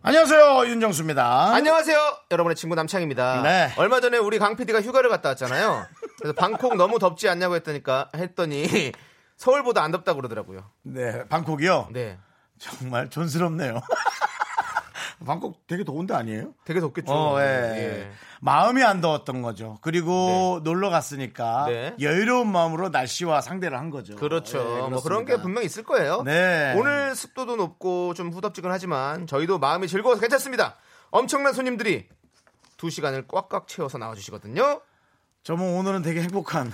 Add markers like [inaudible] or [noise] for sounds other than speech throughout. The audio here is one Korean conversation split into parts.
안녕하세요 윤정수입니다. 안녕하세요. 여러분의 친구 남창입니다. 네. 얼마 전에 우리 강 PD가 휴가를 갔다 왔잖아요. 그래서 방콕 너무 덥지 않냐고 했더니까 했더니 서울보다 안 덥다 고 그러더라고요. 네 방콕이요. 네. 정말 촌스럽네요. [laughs] 방콕 되게 더운데 아니에요? 되게 덥겠죠. 어, 예. 예. 마음이 안 더웠던 거죠. 그리고 놀러 갔으니까 네. 여유로운 마음으로 날씨와 상대를 한 거죠. 그렇죠. 예, 뭐 그렇습니다. 그런 게 분명 히 있을 거예요. 네. 오늘 습도도 높고 좀 후덥지근하지만 저희도 마음이 즐거워서 괜찮습니다. 엄청난 손님들이 두 시간을 꽉꽉 채워서 나와주시거든요. 저는 오늘은 되게 행복한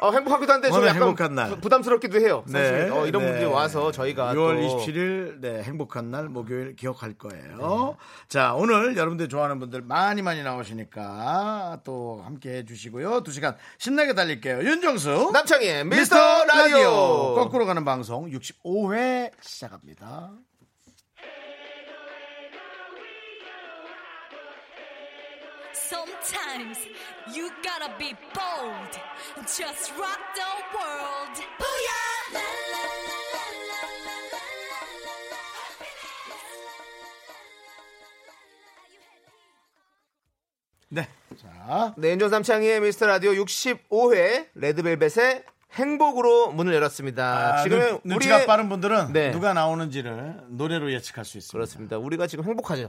어, 행복하기도 한데 좀 오늘 약간 행복한 날. 부- 부담스럽기도 해요. 네. 사실. 어, 이런 네. 분들이 와서 저희가 6월 그러니까 또 27일 네, 행복한 날 목요일 기억할 네. 거예요. 자, 오늘 여러분들 좋아하는 분들 많이 많이 나오시니까 또 함께 해 주시고요. 두시간 신나게 달릴게요. 윤정수 남창희의 미스터 라디오. 거꾸로 가는 방송 65회 시작합니다. Sometimes you gotta be bold. Just rock the world. Booyah! La, la, la, la, la, la, la, la, la, la. 네. 자, 네, 윤종 삼창희의 미스터 라디오 65회 레드벨벳의 행복으로 문을 열었습니다. 아, 지금 눈, 우리 치가 빠른 분들은 네. 누가 나오는지를 노래로 예측할 수 있습니다. 그렇습니다. 우리가 지금 행복하죠.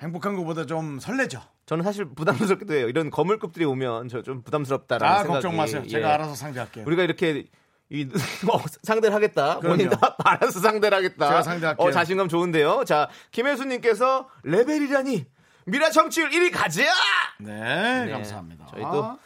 행복한 것보다 좀 설레죠. 저는 사실 부담스럽기도 해요. 이런 거물급들이 오면 저 좀 부담스럽다라는 아, 생각이. 걱정 마세요. 예. 제가 알아서 상대할게요. 우리가 이렇게 이, [laughs] 어, 상대를 하겠다. 그럼요. 본인 다 알아서 상대를 하겠다. 제가 상대할게요. 어, 자신감 좋은데요. 자, 김혜수님께서 레벨이라니 미라 청취율 1위 가자. 네, 네, 감사합니다. 저희도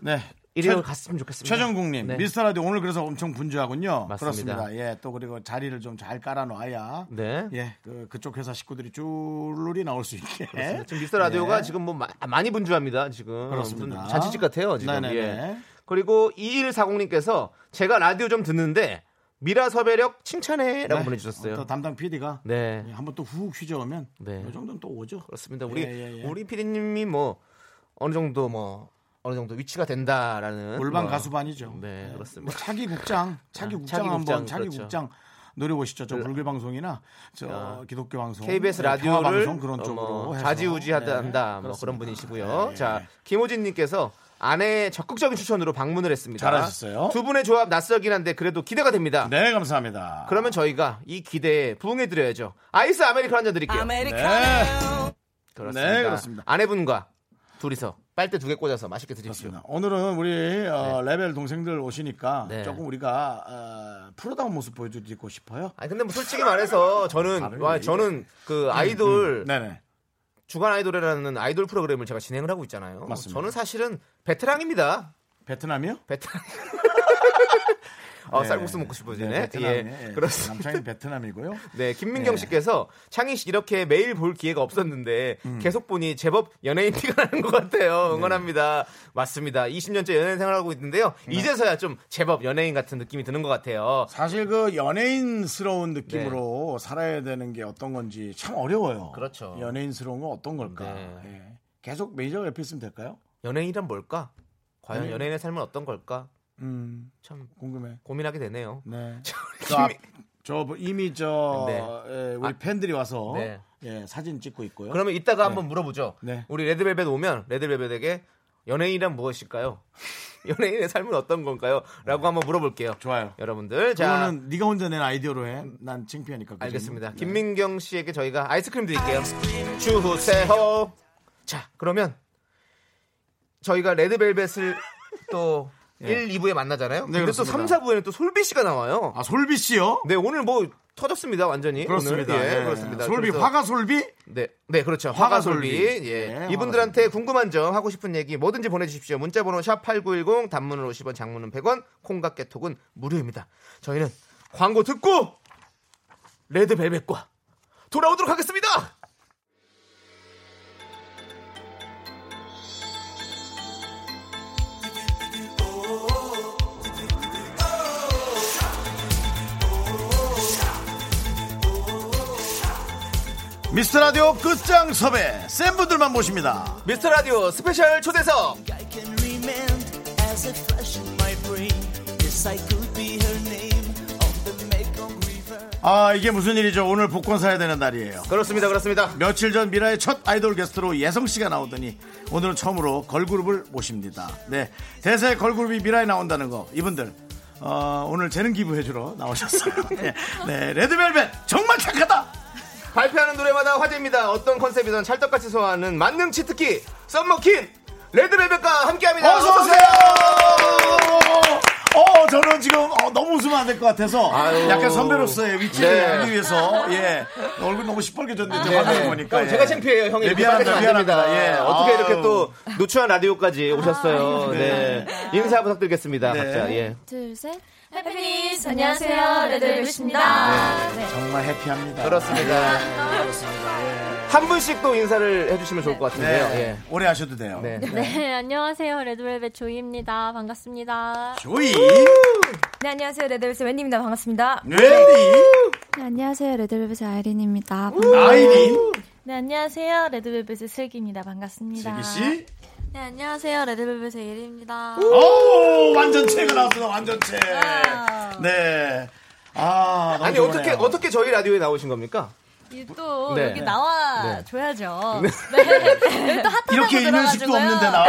네. 1위로 최- 갔으면 좋겠습니다. 최정국님 네. 미스터 라디오 오늘 그래서 엄청 분주하군요. 맞습니다. 그렇습니다. 예, 또 그리고 자리를 좀 잘 깔아놔야 네. 예, 그, 그쪽 회사 식구들이 줄줄이 나올 수 있게. 그렇습니다. 지금 미스터 라디오가 예. 지금 뭐 마- 많이 분주합니다. 지금 그렇습니다. 무슨 잔치집 같아요. 지금 네네네. 예. 그리고 2140님께서 제가 라디오 좀 듣는데 미라 섭외력 칭찬해라고 네. 보내주셨어요. 또 담당 PD가 네. 한번 또 훅 휘저으면 네. 이 정도는 또 오죠. 그렇습니다. 우리 예, 예, 예. 우리 피디님이 뭐 어느 정도 뭐 어느 정도 위치가 된다라는 골반 뭐- 가수반이죠. 네, 예. 그렇습니다. 뭐 차기 국장, 차기 아, 국장 차기 한번 국장, 차기 그렇죠. 그 국장 노려보시죠. 저 불교 방송이나 저 기독교 방송, 아, 네, KBS 평화 라디오를 방송 그런 어, 쪽으로 뭐 해서. 네, 자지우지한다 뭐 그런 그렇습니다. 분이시고요. 예. 자 김호진님께서 아내의 적극적인 추천으로 방문을 했습니다. 잘하셨어요. 두 분의 조합 낯설긴 한데 그래도 기대가 됩니다. 네, 감사합니다. 그러면 저희가 이 기대에 부응해드려야죠. 아이스 아메리카노 한잔 드릴게요. 아메리카노. 그렇습니다. 네, 그렇습니다. 아내분과 둘이서 빨대 두 개 꽂아서 맛있게 드십시오. 그렇습니다. 오늘은 우리 어, 레벨 동생들 오시니까 네. 조금 우리가 어, 프로다운 모습 보여드리고 싶어요. 아니 근데 뭐 솔직히 말해서 저는 다른 와, 얘기. 저는 그 아이돌 네네. 주간 아이돌이라는 아이돌 프로그램을 제가 진행을 하고 있잖아요. 맞습니다. 저는 사실은 베테랑입니다. 베트남이요? [laughs] 베테랑. [laughs] 어, 네. 쌀국수 먹고 싶어지네. 네, 베트남이에요. 예. 예. 그렇습니다. 남창이 베트남이고요. 네, 김민경 예. 씨께서 창희 씨 이렇게 매일 볼 기회가 없었는데 음. 계속 보니 제법 연예인 티가 나는 것 네. 같아요. 응원합니다. 맞습니다. 20년째 연예인 생활하고 있는데요. 네. 이제서야 좀 제법 연예인 같은 느낌이 드는 것 같아요. 사실 그 연예인스러운 느낌으로 살아야 되는 게 어떤 건지 참 어려워요. 네. 그렇죠. 연예인스러운 건 어떤 걸까? 네. 예. 계속 매니저 옆에 있으면 될까요? 연예인이란 뭘까? 과연 연예인. 연예인의 삶은 어떤 걸까? 음, 참 궁금해. 고민하게 되네요. 네. 저, [laughs] 김- 앞- 저 이미 저 네. 예, 우리 팬들이 와서 네. 예, 사진 찍고 있고요. 그러면 이따가 한번 물어보죠. 네. 우리 레드벨벳 오면 레드벨벳에게 연예인이란 무엇일까요? [laughs] 연예인의 삶은 어떤 건가요? 라고 한번 물어볼게요. 네. 좋아요. 여러분들. 자, 그거는 네가 혼자 낸 아이디어로 해. 난 창피하니까. 그거는. 알겠습니다. 네. 김민경 씨에게 저희가 아이스크림 드릴게요. 주세요. 자, 그러면 저희가 [laughs] 레드벨벳을 또 1, 2부에 예. 만나잖아요. 네, 근데 또 그렇습니다. 3, 4부에는 또 솔비 씨가 나와요. 아 솔비 씨요? 네, 오늘 뭐 터졌습니다. 완전히. 그렇습니다. 오늘. 예, 예. 그렇습니다. 솔비 그래서- 화가 솔비? 네, 네 그렇죠. 화가 화가솔비. 솔비. 예. 네, 이분들한테 궁금한 점, 하고 싶은 얘기 뭐든지 보내주십시오. 문자번호 샵 #8910 단문은 50원, 장문은 100원, 콩과 깨톡은 무료입니다. 저희는 광고 듣고 레드벨벳과 돌아오도록 하겠습니다. 미스터 라디오 끝장 섭외 센 분들만 모십니다. 미스터 라디오 스페셜 초대석 I can remain as a flash in my brain. Yes, I could be her name on the Mekong River. 아 이게 무슨 일이죠? 오늘 복권 사야 되는 날이에요. 그렇습니다 그렇습니다 며칠 전 미라의 첫 아이돌 게스트로 예성 씨가 나오더니 오늘은 처음으로 걸그룹을 모십니다. 네 대세 걸그룹이 미라에 나온다는 거 이분들 어, 오늘 재능 기부해주러 [laughs] 나오셨어요. 네, 네, 레드벨벳 정말 착하다. 발표하는 노래마다 화제입니다 어떤 컨셉이든 찰떡같이 소화하는 만능 치트키 썸머킨 레드벨벳과 함께합니다 어서 오세요. 어 저는 지금 어, 너무 웃으면 안 될 것 같아서 아유. 약간 선배로서의 위치를 네. 아, 알기 위해서 예 얼굴 너무 시뻘개졌는데 제 화면 보니까 형, 예. 제가 창피해요 형이 네, 이렇게 미안합니다, 빠지면 안 됩니다. 미안합니다. 예. 어떻게 아유. 이렇게 또 노출한 라디오까지 오셨어요 네. 인사 부탁드리겠습니다 아, 네. 각자 예. 둘셋 해피니스 안녕하세요 레드벨벳입니다. 네. 정말 해피합니다. 그렇습니다 한 분씩 또 인사를 해주시면 좋을 것 같은데요 네. 예. 오래 하셔도 돼요. 네. 네, 안녕하세요 레드벨벳 조이입니다. 반갑습니다. 조이, 네, 안녕하세요. 레드벨벳 웬디입니다. 반갑습니다. 네, 레디, 네, 안녕하세요. 레드벨벳의 아이린입니다. 아이린, 네, 안녕하세요. 레드벨벳의 슬기입니다. 반갑습니다. 슬기 씨. 네, 안녕하세요 레드벨벳의 예리입니다. 오 완전체가 나왔습니다. 완전체. 아. 네. 아 너무 아니 어떻게 좋으네요. 어떻게 저희 라디오에 나오신 겁니까? 또 네. 여기 나와줘야죠. 네. 여기 또 핫한 이렇게 하고 인연식도 들어가지고요. 없는데 나와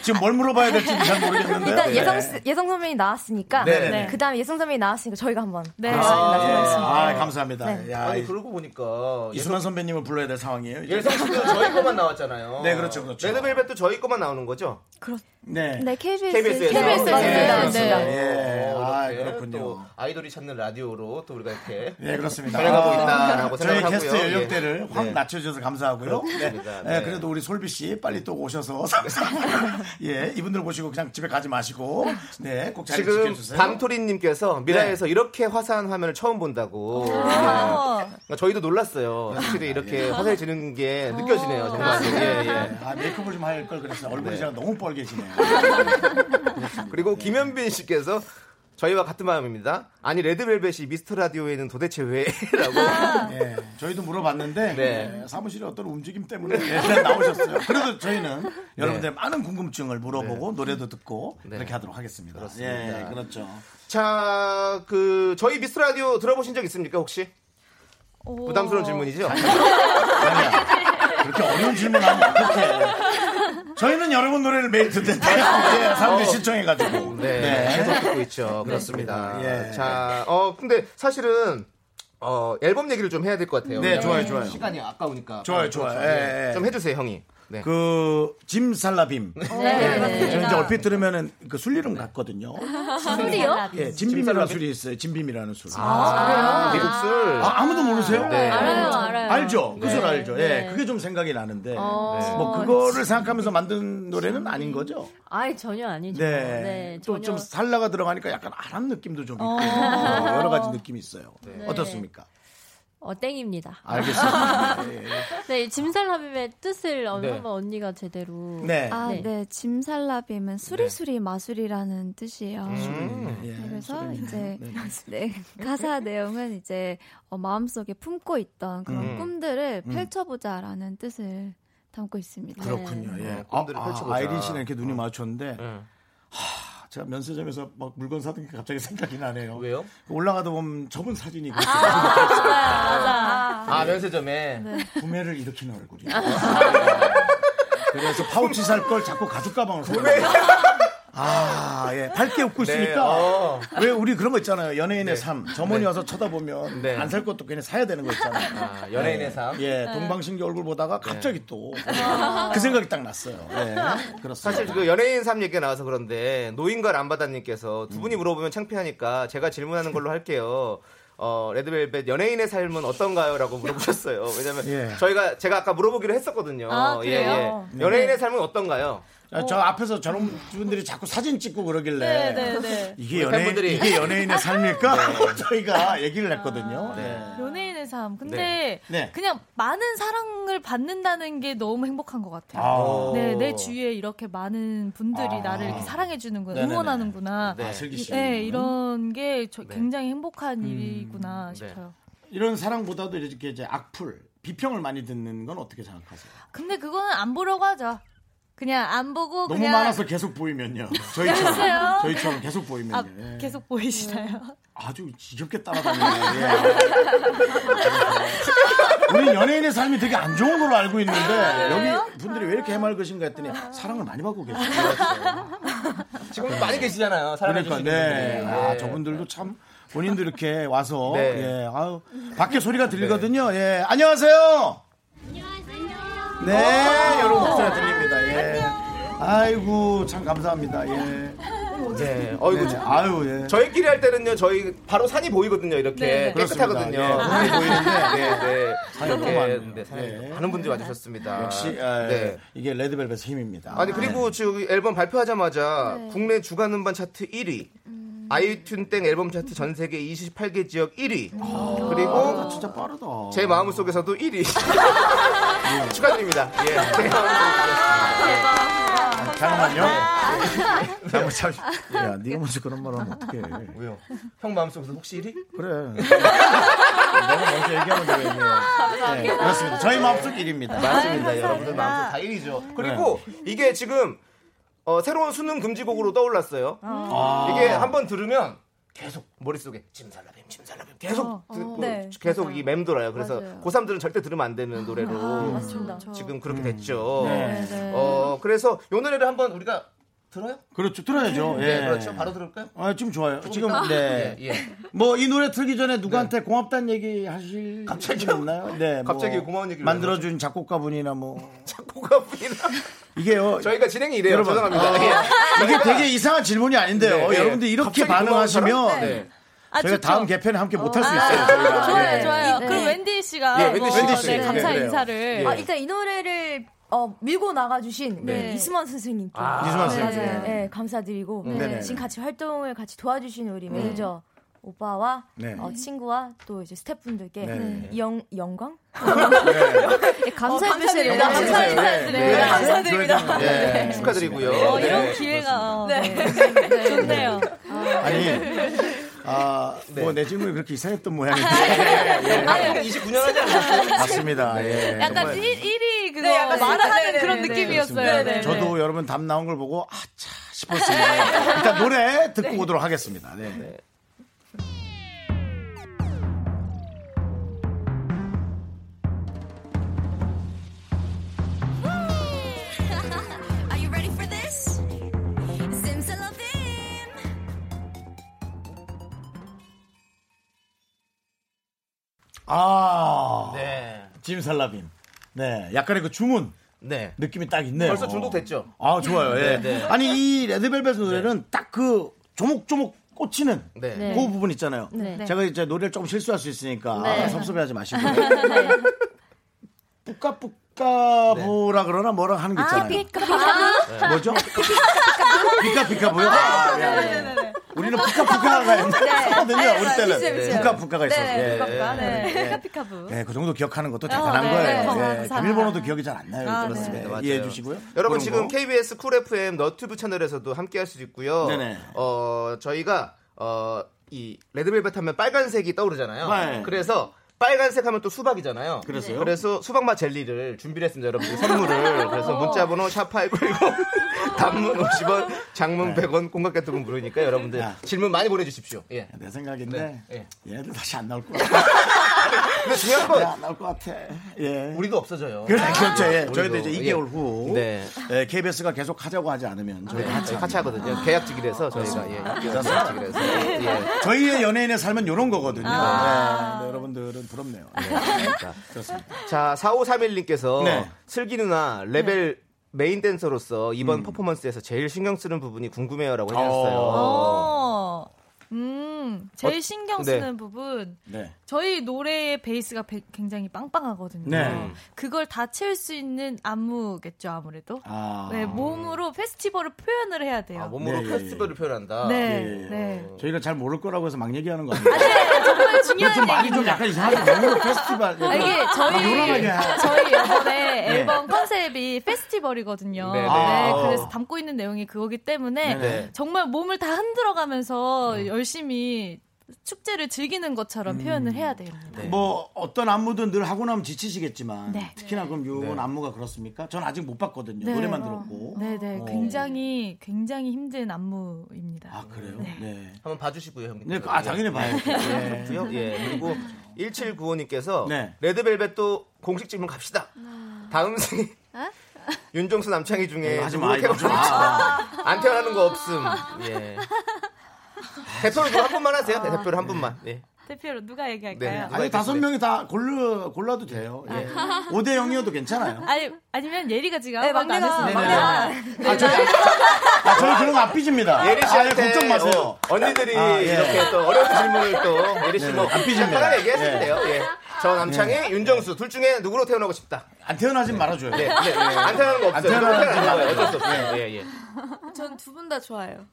[laughs] 지금 뭘 물어봐야 될지 잘 모르겠는데. 일단 네. 그러니까 예성, 씨- 예성 선배님 나왔으니까 네네네. 네. 그다음에 예성 선배님 나왔으니까 저희가 한번 네. 아, 나왔습니다. 네. 예. 아, 감사합니다. 야, 아니 이- 그러고 보니까 예, 이수만 선배님을 불러야 될 상황이에요. 이제. 예성 씨도 저희 것만 나왔잖아요. 네, 그렇죠, 그렇죠. 레드벨벳도 저희 것만 나오는 거죠? 네. 네, KBS. KBS에서. KBS 에서 네, 네. 그렇습니다. 네. 예. 어, 아, 이렇게 그렇군요. 또 아이돌이 찾는 라디오로 또 우리가 이렇게 예, 그렇습니다. 변해가고 아, 네, 있다라고 저희 생각하고요. 게스트 연령대를 예. 확 네. 낮춰주셔서 감사하고요. 네. 그렇습니다. 예, 네. 그래도 우리 솔비 씨 빨리 또 오셔서 [laughs] 예, 이분들 보시고 그냥 집에 가지 마시고 네, 꼭 자리 지금 지켜주세요. 네. 방토리님께서 미라에서 이렇게 화사한 화면을 처음 본다고. 네. 그러니까 저희도 놀랐어요. 아, 확실히 예. 이렇게 화사해지는 게 느껴지네요, 정말. 예, 네. 예. 아, 메이크업을 좀 할 걸 그랬어요. 얼굴이 제가 너무 [laughs] 뻘개지네요. 그리고 김현빈 씨께서 저희와 같은 마음입니다. 아니 레드벨벳이 미스터 라디오에는 도대체 [laughs] 왜라고 예, 저희도 물어봤는데 네. 예, 사무실의 어떤 움직임 때문에 일단 나오셨어요. 그래도 저희는 여러분들의 많은 궁금증을 물어보고 노래도 듣고 네. 그렇게 하도록 하겠습니다. 그렇습니다. 예, 그렇죠. 자, 그 저희 미스 라디오 들어보신 적 있습니까 혹시? 부담스러운 질문이죠. 네, 아니야. 그렇게 어려운 질문하면 어떡해. 저희는 여러분 노래를 매일 듣는데 예, 사람들이 어. 신청해가지고. 네, 계속 듣고 있죠. 그렇습니다. 예. 자, 어 근데 사실은 어 앨범 얘기를 좀 해야 될 것 같아요. 네, 왜냐면 좋아요, 좋아요. 시간이 아까우니까. 좋아요, 아, 그렇죠. 좋아요. 네. 예, 예. 좀 해주세요, 네, 형이. 네. 그, 짐 살라빔. 예, 저 이제 얼핏 들으면은 그 술이름 네. 같거든요. 아, 네. 술이요? 예, 진빔이라는 술이 있어요. 진빔이라는 술. 미국 술. 아, 아무도 모르세요? 아, 네. 아, 알아요, 알아요. 알죠? 그술 알죠? 예, 그게 좀 생각이 나는데. 어. 어, 뭐, 그거를 생각하면서 만든 노래는 아닌 거죠? 아예 전혀 아니죠. 네. 또 좀 살라가 들어가니까 약간 아랍 느낌도 좀 있고. 어, 여러 가지 느낌이 있어요. 어떻습니까? 네. 어 땡입니다. 알겠습니다. 예, 예. 네, 짐살라빔의 뜻을 어- 네. 한번 언니가 제대로. 네. 아, 네. 네. 짐살라빔은 수리수리 마술이라는 뜻이에요. 네, 예. 네. 그래서 이제 [laughs] 네, 가사 내용은 이제 어, 마음속에 품고 있던 그런 꿈들을 펼쳐보자라는 뜻을 담고 있습니다. 그렇군요. 예. 어, 꿈들을 펼쳐보자. 어. 네. 아, 이린 씨는 이렇게 눈이 마주쳤는데. 하, 제가 면세점에서 막 물건 사던 게 갑자기 생각이 나네요. 왜요? 올라가다 보면 접은 사진이 있고 아 면세점에. 네. 구매를 일으키는 얼굴이. 아. 그래서 파우치 살 걸 자꾸 가죽 가방을 사. 아, 예. 밝게 웃고 있으니까. 어. 왜 우리 그런 거 있잖아요. 연예인의 삶. 점원이 와서 쳐다보면 네. 안 살 것도 괜히 사야 되는 거 있잖아요. 아, 연예인의 삶. 네. 예, 네. 동방신기 얼굴 보다가 갑자기 또 아. 그 생각이 딱 났어요. 예, 그렇습니다. 사실 그 연예인 삶 얘기가 나와서 그런데 노인과 람바다님께서 두 음. 분이 물어보면 창피하니까 제가 질문하는 걸로 할게요. 어, 레드벨벳 연예인의 삶은 어떤가요? 라고 물어보셨어요. 왜냐면 예. 저희가 제가 아까 물어보기로 했었거든요. 아, 그래요? 네. 예, 예. 연예인의 삶은 어떤가요? 아, 저 앞에서 저런 분들이 자꾸 사진 찍고 네, 그러길래 네, 네. 이게 우리 연예인 팬분들이. 네. 이게 연예인의 [laughs] 삶일까? [laughs] 저희가 얘기를 했거든요. 예. 연예인의 삶. 근데 네. 네. 그냥 많은 사랑을 받는다는 게 너무 행복한 것 같아요. 어. 아, 네, 내 주위에 이렇게 많은 분들이 아. 나를 이렇게 사랑해주는구나, 네네네. 응원하는구나. 네. 아, 슬기 씨. 네, 이런 게 저- 네. 음, 네. 굉장히 행복한 일이구나 싶어요. 이런 사랑보다도 이렇게 이제 악플, 비평을 많이 듣는 건 어떻게 생각하세요? 근데 그거는 안 보려고 하죠. 그냥 안 보고 너무 그냥 많아서 계속 보이면요. 저희처럼 저희처럼 계속 보이면요. 아, 예. 계속 보이시나요? 아주 지겹게 따라다니는 예. [laughs] 우리 연예인의 삶이 되게 안 좋은 걸로 알고 있는데 아, 여기 분들이 왜 이렇게 해맑으신가 했더니 사랑을 많이 [laughs] 받고 계세요. 지금 도 많이 그러니까 계시잖아요. 사랑해주시는 네. 분들이. 예. 아, 저분들도 참 본인도 이렇게 와서 [laughs] 네. 예. 아유, 밖에 소리가 들리거든요. 예. 안녕하세요. 네, 여러분 목소리 들립니다. 예. 아이고 참 감사합니다. 예. 네. 어이구. 네, 저- 아유 예. 저희끼리 할 때는요, 저희 바로 산이 보이거든요, 이렇게 네. 아. 깨끗하거든요. 그렇습니다. 예, 산이 네, 네. 산이 너무 많네요. 이렇게 네, 산이 네. 많은 분들이 와주셨습니다. 역시 예, 이게 레드벨벳의 힘입니다. 네. 네. 아니 그리고 지금 앨범 발표하자마자 네. 국내 주간 음반 차트 1위, 음. 아이튠 땡 앨범 차트 전 세계 28개 지역 1위, 음. 그리고 아, 그렇죠. 진짜 빠르다. 제 마음 속에서도 [laughs] 1위. [laughs] 축하드립니다. 네. 예. 제 마음속에서. 잠깐만요. 예. 잠깐만 잠. 야, 네가 먼저 그런 말하면 어떡해. 왜요? 형 마음 속에서 혹시 1위? 그래. [laughs] 내가 먼저 얘기하면 되겠네요. 네, 그렇습니다. 저희 마음속 1입니다. 네. 맞습니다. 여러분들 마음속 다 1위죠. 그리고 이게 지금 어, 새로운 수능 금지곡으로 떠올랐어요. 아, 이게 한번 들으면 계속 머릿속에 찜살라빔 찜살라빔 계속 듣고 네. 계속 이 맴돌아요. 그래서 맞아요. 고3들은 절대 들으면 안 되는 노래로 아. 음. 맞습니다. 지금 그렇게 됐죠. 네. 어, 그래서 요 노래를 한번 우리가 들어요? 그렇죠. 들어야죠. 예. 네, 그렇죠. 바로 들을까요? 아, 지금 좋아요. 지금 이따? 네. 예, [laughs] 예. 뭐 이 노래 틀기 전에 누구한테 고맙다는 얘기 하실 갑자기요? 분 있나요? 네. 갑자기 고마운 얘기를 만들어 준 작곡가분이나 뭐 작곡가 분이나 이게요. 저희가 진행이 이래요. 여러분, 아. 죄송합니다. 예. 이게 되게 이상한 질문이 아닌데요. 네, 네. 여러분들 이렇게 갑자기 고마운 반응하시면 사람? 네. 아, 저희가 좋죠. 다음 개편에 함께 못 할 수 있어요. 아, 저희가. 좋아요, 예. 좋아요. 네. 그럼 웬디 씨가 예, 웬디 씨. 뭐, 웬디 씨. 네, 감사 네, 인사를. 예. 아, 일단 이 노래를 어, 밀고 나가주신 네, 이수만 선생님께 이수만 네, 선생님. 맞아요. 예, 네, 감사드리고 음. 네네. 음. 지금 같이 활동을 같이 도와주신 우리 매니저 오빠와 네. 어, 친구와 또 이제 스태프분들께 음, 네. 이 영, [laughs] 영광? 어, 감사의 어, 표시를 감사드립니다. 연락해 감사 주세요. 인사드려요. 네. 감사드립니다. 예. 네. 축하드리고요. 어, 네. 이런 기회가 좋네요. [laughs] 아니, 네. 아, 뭐 내 질문이 그렇게 이상했던 모양인데. 아, 29년 하지 않았어요? 맞습니다. 예. 네. 약간 정말 1, 위 그거 네, 약간 말하는 네, 네, 그런 네, 느낌이었어요. 네, 네. 저도 여러분 답 나온 걸 보고 아차 싶었습니다. 일단 노래 듣고 오도록 하겠습니다. 네. [laughs] Are you ready for this? Simsalabim. [laughs] 아, 네. 짐살라빔. 네, 약간의 그 주문 네. 느낌이 딱 있네요. 벌써 중독됐죠? 아, 좋아요. 예. 네, 네. 아니 이 레드벨벳 노래는 딱 그 조목조목 꽂히는 네. 네. 그 부분 있잖아요. 네. 제가 이제 노래를 조금 실수할 수 있으니까 아, 네. 섭섭해하지 마시고. 뿌까뿌까보라 그러나 뭐라 하는 게 있잖아요. 네. 뭐죠? 피카피카보요? 아, 네, 네. 우리는 푸카푸카가 있었거든요. 아, 네. 우리 때는 알죠, 알죠. 푸카푸카가 있었어요. 예. 네. 피카피카부. 네, 그 정도 기억하는 것도 대단한 네, 네, 거예요. 예, 감사합니다. 일본어도 기억이 잘 안 나요. 그렇습니다. 맞아요. 이해해 주시고요. 여러분 네, 그런 거. 지금 KBS 쿨 FM 너튜브 채널에서도 함께 할 수 있고요. 네네. 어, 저희가 어, 이 레드벨벳 하면 빨간색이 떠오르잖아요. 네. 그래서 빨간색 하면 또 수박이잖아요. 그래서요? 그래서 수박맛 젤리를 준비를 했습니다, 여러분들. 선물을. 그래서 문자번호 샵8910 [laughs] 단문 50원, 장문 네. 100원, 공각개통은 무료니까 여러분들 야. 질문 많이 보내주십시오. 예. 내 생각인데 네, 얘네들 다시 안 나올 것 같아. 근데 중요한 네, 건 안 나올 것 같아. 예. 우리도 없어져요. 그래, 그렇죠. 예. 저희도 우리도, 이제 예. 2개월 후 예, 네. KBS가 계속 하자고 하지 않으면 저희가 네, 하지 저희 같이 아, 하거든요. 계약직이라서 저희가 예, 그래서 계약직이라서 예. 저희의 연예인의 삶은 이런 거거든요. 아. 네, 네, 여러분들은 부럽네요. 네, 그렇습니다. 자, 4531님께서 네. 슬기 누나 레벨 메인 댄서로서 음. 이번 퍼포먼스에서 제일 신경 쓰는 부분이 궁금해요라고 어. 해주셨어요. 어. 음, 어, 제일 신경 쓰는 부분. 네. 저희 노래의 베이스가 배- 굉장히 빵빵하거든요. 네. 그걸 다 채울 수 있는 안무겠죠, 아무래도. 아, 네, 몸으로 페스티벌을 표현을 해야 돼요. 아, 몸으로 네. 페스티벌을 표현한다. 네, 예. 네. 저희가 잘 모를 거라고 해서 막 얘기하는 거 아니에요? 정말 이거 좀 중요한 많이 좀 약간 이상하게 너무 페스티벌. 그러니까 아, 이게 저희 요란하게 네. 하- 저희 이번에 앨범 컨셉이 페스티벌이거든요. 네, 네. 네, 아. 그래서 담고 있는 내용이 그거기 때문에 네. 음. 정말 몸을 다 흔들어가면서 열심히 축제를 즐기는 것처럼 표현을 해야 돼요. 뭐 어떤 안무든 늘 하고 나면 지치시겠지만 네. 특히나 그럼 요건 안무가 그렇습니까? 전 아직 못 봤거든요. 네. 노래만 들었고. 네네, 어. 굉장히 굉장히 힘든 안무입니다. 아 그래요? 네. 한번 봐주시고요, 형님. 네, 아 당연히 봐야죠. 네. 그렇고요. 예. 그리고 1795님께서 네. 레드벨벳도 공식 질문 갑시다. 다음 생에 [laughs] 윤종수 남창희 중에 네, 하지 마. 누구 이거 좀 태어나- 하지 안 태어나는 거 없음. 예. 대표로 그거 한 분만 하세요. 대표로 한 분만. 예. 대표로 누가 네. 얘기할까요? 마. 아니 다섯 명이 다 골라 골라도 돼요. 예. 아. [laughs] 5대 0이어도 괜찮아요. 아니, 아니면 예리가 지금 네, 아무것도 안 네. 막내가- 했으니까. 막내가- 아, 아, 저희, 아, 저희 그런 거 앞삐집니다. 예리 아, 예, 씨한테 걱정 마세요. 어, 언니들이 아, 예. 이렇게 또 어려운 질문을 또 예리 네, 씨뭐 안 삐집니다. 네. 간단하게 얘기하시면 예. 돼요. 예. 저 남창희, 윤정수 둘 중에 누구로 태어나고 싶다. 안 태어나진 말아줘요. 네, 네. 안 태어나는 거 안 없어요. 태어나는 태어나는 거 네. 거예요. 어쩔 수 없어요. 예, 예. 전 두 분 다 좋아요.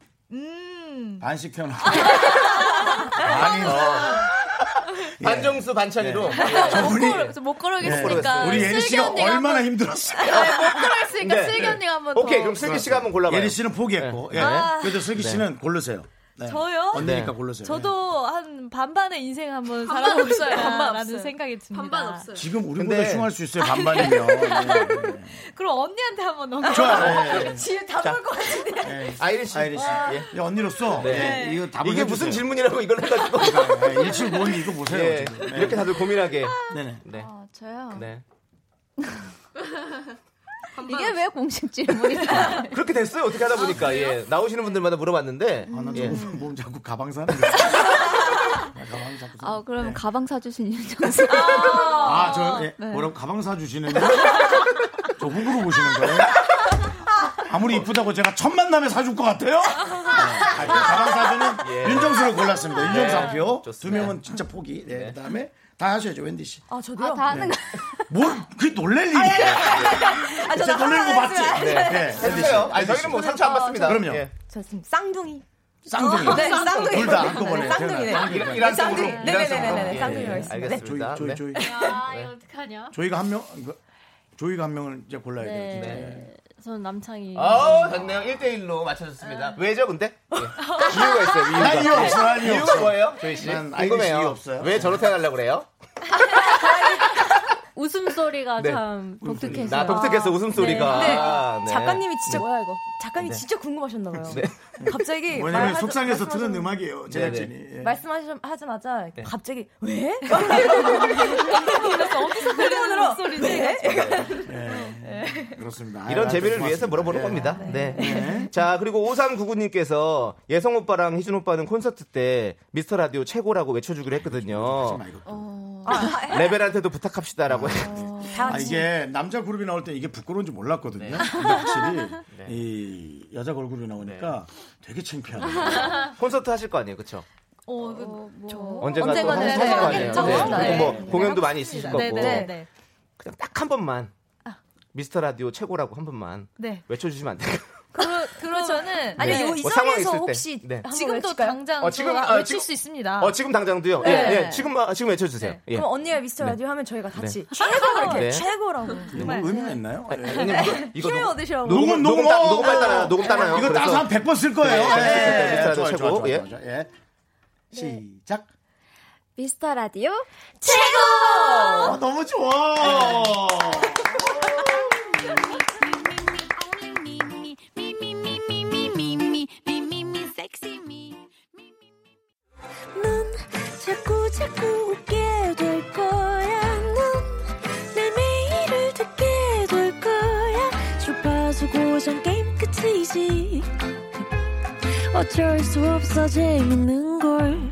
반씩 태어나. 아, [laughs] 아니, 어. 예. 반정수 반찬이로 네. 예. 저분이 그래서 못 네, 걸으겠으니까. 예. 우리 예리 씨가 얼마나 힘들었어요. 힘들었으니까 네, 슬기 네. 언니가 한번 오케이 더. 그럼 슬기 씨가 한번 골라봐요. 예리 씨는 포기했고. 네. 예. 아. 그래도 슬기 씨는 고르세요. 네. 저요? 언니니까 네. 고르세요. 저도 한 반반의 인생 한번 살아보겠다라는 없어요. 생각이 듭니다. 반반 없어요. 네. 지금 우리보다 근데- 흉할 수 있어요. 반반이면. 네. 그럼 언니한테 한번 넘겨. 좋아요. 네. 예, 예. 지금 다볼것 같은데. 아이린 씨. 아이리 씨. 예. 예, 언니로서 네. 예, 이거 답을 네, 이게 무슨 질문이라고 이걸 해가지고 일출 모임 이거 보세요. 예. 지금. 네. 이렇게 다들 고민하게. 네네. 네. 아, 어, 저요. 네. 이게 왜 공식 질문이야? 그렇게 됐어요. 어떻게 하다 아, 보니까 예. 나오시는 분들마다 물어봤는데 아, 나 예. 아, 자꾸 몸 자꾸 가방 사는 거야. 나 가방 자꾸 사. 아, 그럼 가방 사주신 윤정수. 아, 저 예. 뭐라고 가방 사 주시는데? 저 호구로 보시는 거예요? 아무리 이쁘다고 제가 첫 만남에 사줄 것 같아요? 네. 아, 그 가방 사주는 예. 윤정수를 골랐습니다. 윤정수 한 표. 두 좋습니다. 명은 진짜 포기. 네. 그다음에 다 하셔야죠, 웬디 씨. 어, 아 저도요. 아, 다 하는 거. 뭘, 그게 놀랄 일이야. 아, 진짜 놀란 거 맞지? 네. 네. 웬디 씨. 해주세요. 아니 저희는 뭐 상처 안 받습니다. 그럼요. 예. 저 지금 쌍둥이. 쌍둥이. 네, 쌍둥이. 둘 다 한꺼번에. 네, 쌍둥이네. 태어나요. 이란- 이란 쌍둥이. 쪽으로. 네, 네, 네, 네, 네, 예, 쌍둥이로 예, 하겠습니다. 아, 조이, 알겠습니다. 조이, 네. 조이. 야, 이거 어떡하냐? 저희가 한 명, 그, 조이가 한 명을 이제 골라야 돼요. 진짜. 네. 전 남창이. 어, 좋네요. 1대1로 맞춰줬습니다. 아. 왜죠, 근데? 예. [laughs] 이유가 있어요, 이유가. 난 아, 이유 없어, 난 이유 이유가 없어. 뭐예요, 조이 씨? 난 아이린 씨 이유 없어요. 왜 저로 태어나려고 그래요? 웃음소리가 네. 참 독특해서. 나 독특해서 웃음소리가. 네. 아, 네. 작가님이 진짜 뭐야 이거? 작가님 이 진짜 궁금하셨나 봐요. 갑자기 왜냐면 말하- 속상해서 말씀하셔- 틀은 음악이에요, 제작진이. 예. 말씀하자마자 갑자기 왜? [laughs] 어디서 들리는 목소리지? 그렇습니다. 이런 아, 재미를 고맙습니다. 위해서 물어보는 예. 겁니다. 네. 자, 그리고 5399님께서 예성 오빠랑 희준 오빠는 콘서트 때 미스터 라디오 최고라고 외쳐주기로 했거든요. 아, 이것도. 레벨한테도 부탁합시다라고. 다 아, 이게 남자 그룹이 나올 때 이게 부끄러운지 몰랐거든요. 네. 근데 [laughs] 확실히 이 여자 걸그룹이 나오니까 네. 되게 [laughs] 창피하네요. 콘서트 하실 거 아니에요, 그쵸? 어, 그, 뭐. 언젠가 또 언젠가는 하실 거 아니에요. 하겠죠. 그리고 네. 뭐 네. 공연도 많이 있으실 거고. 네, 네, 네. 그냥 딱 한 번만 미스터 라디오 최고라고 한 번만 네. 외쳐주시면 안 될까요? 그러, 그러 저는 [laughs] 아니 네. 요 뭐 상황이 이상에서 있을 때. 혹시 네. 한번 지금도 외칠까요? 당장 어, 어, 지금, 지금, 아, 외칠 지금- 수 있습니다. 어 지금 당장도요. 네. 예, 예. 지금 아, 지금 외쳐주세요. 예. 그럼 언니가 미스터 라디오 하면 저희가 같이 최고 이렇게 네. 최고라고 뭐 의미가 있나요? 예. 아니, 이거- 이거 힘을 녹음- 얻으시라고. 녹음, 녹음 녹음 녹음, 따- 어, 녹음할 어. 따라 녹음 따나요. 이거 그래서 따서 한 100번 쓸 거예요. 네, 네, 예. 미스터 좋아요, 라디오 좋아요, 최고. 좋아요, 예. 좋아요. 예. 시작. 미스터 라디오. 아, 너무 좋아. 넌 자꾸 자꾸 웃게 될 거야. 넌내 매일을 듣게 될 거야. 주파수 고정 게임 끝이지. 어쩔 수 없어 재밌는 걸.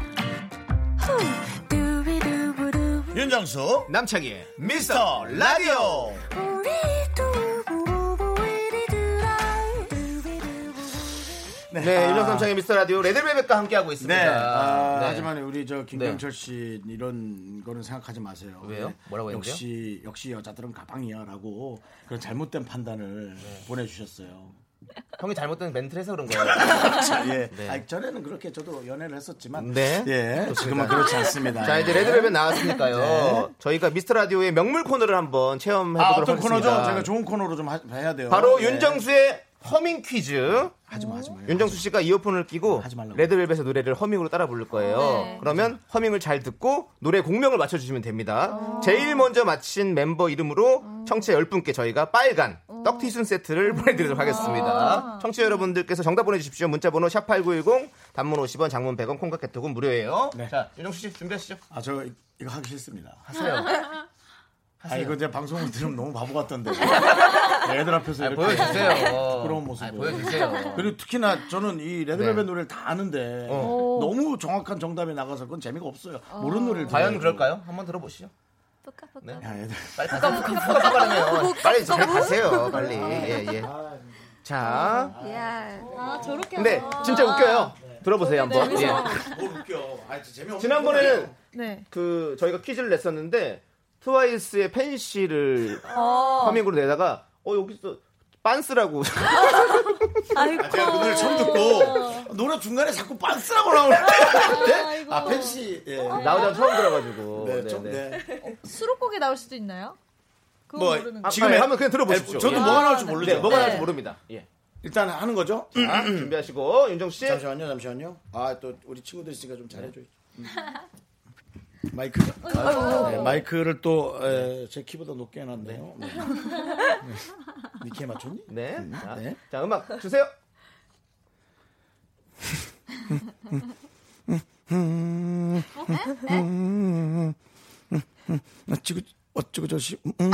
후. 두비두부두. 네. 윤정수. 남창희 미스터 라디오. 우리 두부부부 우리들아. 두비두부부. 네, 유정 남창희 미스터 라디오 레드벨벳과 함께 하고 있습니다. 네. 아, 네. 하지만 우리 저 김경철 씨 이런 거는 생각하지 마세요. 왜요? 네. 뭐라고 했는데요? 역시 역시 여자들은 가방이야라고 그런 잘못된 판단을 네. 보내주셨어요. 형이 잘못된 멘트를 해서 그런 거예요. 예. 네. 아, 전에는 그렇게 저도 연애를 했었지만 [laughs] 네. 예. 지금은 그렇지 않습니다. 예. 자 이제 [laughs] 레드벨벳 나왔으니까요. 네. 저희가 미스터 라디오의 명물 코너를 한번 체험해 아, 보도록 어떤 하겠습니다. 코너죠? 제가 좋은 코너로 좀 하- 해야 돼요. 바로 예. 윤정수의 허밍 퀴즈. 하지마 하지마. 윤정수 씨가 이어폰을 끼고 하지 말라고. 레드벨벳의 노래를 허밍으로 따라 부를 거예요. 그러면 허밍을 잘 듣고 노래 공명을 맞춰주시면 됩니다. 제일 먼저 맞힌 멤버 이름으로 청취자 10분께 저희가 빨간 떡튀순 세트를 보내드리도록 하겠습니다. 청취자 여러분들께서 정답 보내주십시오. 문자번호 샵8910 단문 50원 장문 100원 콩깍개톡은 무료예요. 네. 자, 윤정수 씨 준비하시죠. 아 저 이거 하기 싫습니다. 하세요. [laughs] 아 이거 이제 방송을 들으면 너무 바보 [laughs] 같던데. 애들 앞에서 아, 이렇게 보여주세요. 부끄러운 모습을. 아, 보여주세요. 그리고 특히나 저는 이 레드벨벳 네. 노래를 다 아는데 어. 너무 정확한 정답이 나가서 그건 재미가 없어요. 아. 모르는 노래를 들어야죠. 과연 그럴까요? 한번 들어보시죠. 야, 애들. 빨리 가세요. 요 빨리 집에 가세요. 빨리. 예, 예. 자. 저렇게 근데 진짜 웃겨요. 들어보세요 한번. 예. 뭘 웃겨. 아, 진짜 재미없어. 지난번에는 네. 그 저희가 퀴즈를 냈었는데 트와이스의 팬시를 어. 어. 커밍으로 내다가 어 여기서 빤스라고 아, 제가 그 노래 처음 아. 듣고 노래 중간에 자꾸 빤스라고 나오는데. 네? 아, 펜시. 예. 나오자 처음 들어가지고. 네, 좀, 네. 수록곡에 나올 수도 있나요? 그거 뭐, 모르는 거. 아, 지금 지금 한번 그냥 들어보십시오. 저도 예. 뭐가 나올지 네, 모르죠. 뭐가 나올지 모릅니다. 예. 일단 하는 거죠? 자, 준비하시고 윤정수 씨. 잠시만요, 잠시만요. 아, 또 우리 친구들 있으니까 좀 잘해줘야지. 음. 마이크. 네, 마이크를 또, 에, 제 키보다 높게 해놨네요. 네. 네. 키에 맞췄니? 네. 자, 네. 자, 음악 주세요. 어찌고, 어찌고 저시. 음.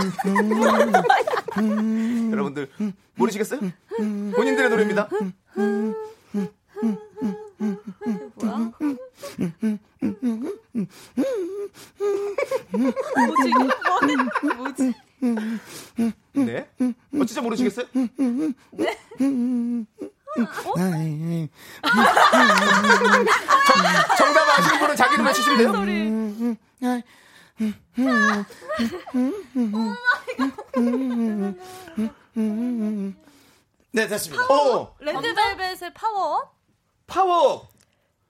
여러분들 모르시겠어요? 본인들의 노래입니다. 뭐야? 뭐지? 네? 어, 진짜 모르시겠어요? 정- 정답 아시는 분은 자기 이름 치시면 돼요. 네, 됐습니다. 어, 레드벨벳의 파워? 파워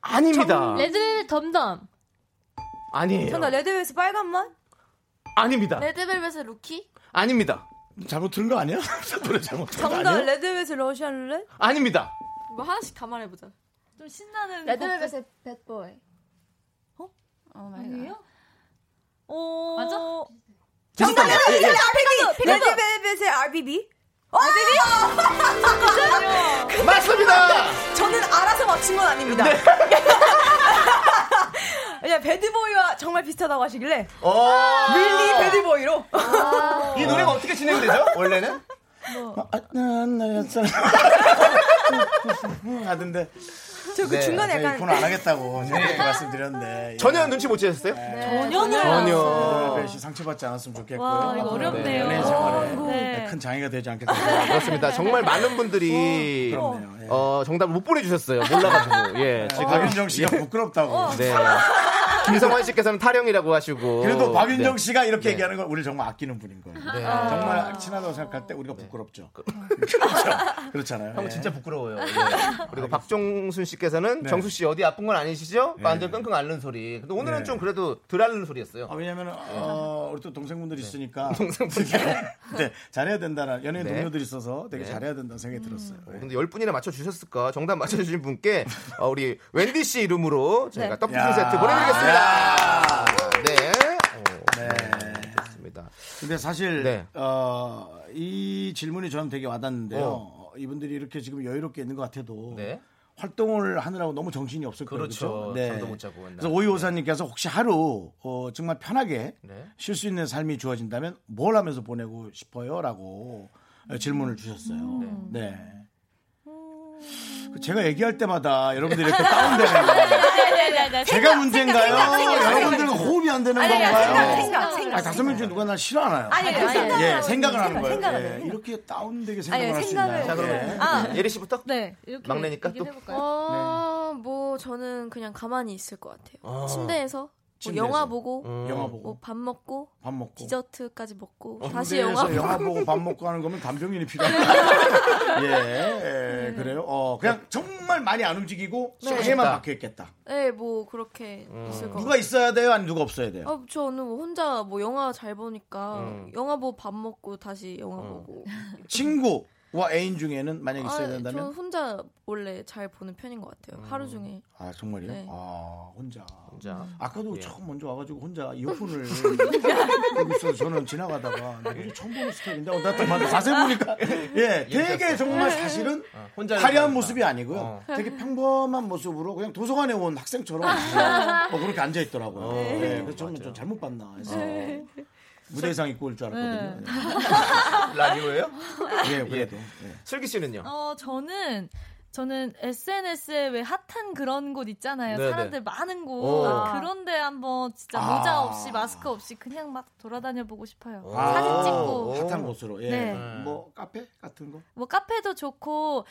아닙니다. 레드벨벳 덤덤. 아니에요. 나 레드벨벳 빨간맛? 아닙니다. 레드벨벳의 루키? 아닙니다. 잘못 들은 거 아니야? 노래 잘못 들은 거 정답 아니야? 레드벨벳 러시안 룰렛? 아닙니다. 뭐 하나씩 감안해보자. 좀 신나는 레드벨벳의 배보이. 어? 오 마이 갓. 곡. 오. 맞아? 정답. 예, 예. 레드벨벳의 RBB? RBB? [laughs] 맞습니다. 저는 알아서 맞춘 건 아닙니다. 네. [laughs] 그냥 배드보이와 정말 비슷하다고 하시길래 어, 윌리 아. 배드보이로 이 노래가 어떻게 진행되죠? 원래는? 아, 나, 나, 나, 하던데. 저 그 네, 아, 중간에 제가 약간 이코는 안 [laughs] 하겠다고 이렇게 말씀드렸는데. 예. 전혀 눈치 못 채셨어요? 네. 네. 전혀. 어. 벨벳이 상처받지 않았으면 좋겠고요. 아, 와, 이거 어렵네요. 연예인 생활에 네. 큰 장애가 되지 않겠습니다. 그렇습니다. 정말 많은 분들이 그렇네요. 예. 어, 정답을 못 보내주셨어요. 몰라가지고. 예, 지금. 네. 박윤정 씨가 부끄럽다고. 어. 네. 김성환 씨께서는 타령이라고 하시고. 그래도 박윤정 네. 씨가 이렇게 네. 얘기하는 건 우리 정말 아끼는 분인 거예요. 네. 아. 정말 친하다고 생각할 때 우리가 부끄럽죠. [laughs] 그렇죠. 그렇잖아요. 형 예. 네. 그 진짜 [laughs] 부끄러워요. 예. 그리고 박종순 씨께서는 네. 정수 씨 어디 아픈 건 아니시죠? 완전 끙끙 앓는 소리. 근데 오늘은 네. 좀 그래도 덜 앓는 소리였어요. 아, 왜냐면 어, 우리 또 동생분들이 있으니까 [laughs] 네, 잘해야 된다는 연예인 네. 동료들이 있어서 되게 네. 음. 잘해야 된다는 생각이 들었어요. 예. 근데 열 분이나 맞춰 주셨을까? 정답 맞춰 주신 분께 어, 우리 웬디 씨 이름으로 저희가 떡볶이 야. 세트 보내드리겠습니다. 네. 네. 좋습니다. 근데 사실 네. 어, 이 질문이 저는 되게 와닿는데요. 어. 이분들이 이렇게 지금 여유롭게 있는 것 같아도 네. 활동을 하느라고 너무 정신이 없을 거예요. 그렇죠. 그죠? 네. 잠도 못 자고 맨날. 그래서 오이 오사님께서 혹시 하루 어, 정말 편하게 네. 쉴 수 있는 삶이 주어진다면 뭘 하면서 보내고 싶어요?라고 질문을 주셨어요. 음. 네. 음. 그 제가 얘기할 때마다 여러분들이 이렇게 다운되는 거예요. 아, 제가 문제인가요? 여러분들 호흡이 안 되는 건가요? 생각 아, 생각 다섯 명 중에 누가 날 싫어하나요? 아니 생각 예, 생각을 하는 거예요. 생각을 예, 해요. 이렇게 다운되게 생각을 아니, 할 수 생각을- 있나요? 자, 그러면 예. 예리 씨부터? 네. 이렇게 막내니까 얘기를 또? 해볼까요? 어, 네. 뭐 저는 그냥 가만히 있을 것 같아요. 침대에서, 뭐 침대에서. 영화 보고, 음. 영화 뭐 보고 밥 먹고, 밥 먹고 디저트까지 먹고, 다시 군대에서 영화 보고. 영화 보고 밥 먹고 하는 거면 간병인이 필요합니다. 예, 예, 그래요. 어, 그냥 정말 많이 안 움직이고 소재만 박혀 있겠다. 네, 뭐 그렇게 있을 것 음. 누가 같아요. 있어야 돼요? 아니 누가 없어야 돼요? 아, 저는 뭐 음. 혼자 뭐 영화 잘 보니까 영화 보고 밥 먹고 다시 영화 보고 친구, 와 애인 중에는 만약 있어야 아, 저는 된다면 혼자 원래 잘 보는 편인 것 같아요. 하루 중에. 아 정말요? 네. 아 혼자. 혼자. 아까도 처음 먼저 와가지고 혼자 이어폰을 [laughs] 들고 있어서 저는 지나가다가 근데 우리 처음 보는 스타일인데 어, 나또 맞아. 자세히 보니까 예 되게 정말 사실은 혼자 화려한 모습이 아니고요. 어. 되게 평범한 모습으로 그냥 도서관에 온 학생처럼 그냥 어, 그렇게 앉아 있더라고요. 예, 그래서 저는 좀 잘못 봤나 해서 무대상 입고 올 줄 알았거든요. 라디오예요? 예, 예, 그래도 예. 슬기 씨는요? 어, 저는 저는 SNS에 왜 핫한 그런 곳 있잖아요. 네네. 사람들 많은 곳 아, 오. 그런데 한번 진짜 아. 모자 없이 마스크 없이 그냥 막 돌아다녀 보고 싶어요. 아. 사진 찍고 핫한 곳으로 예. 음. 네. 뭐 카페 같은 거 뭐 카페도 좋고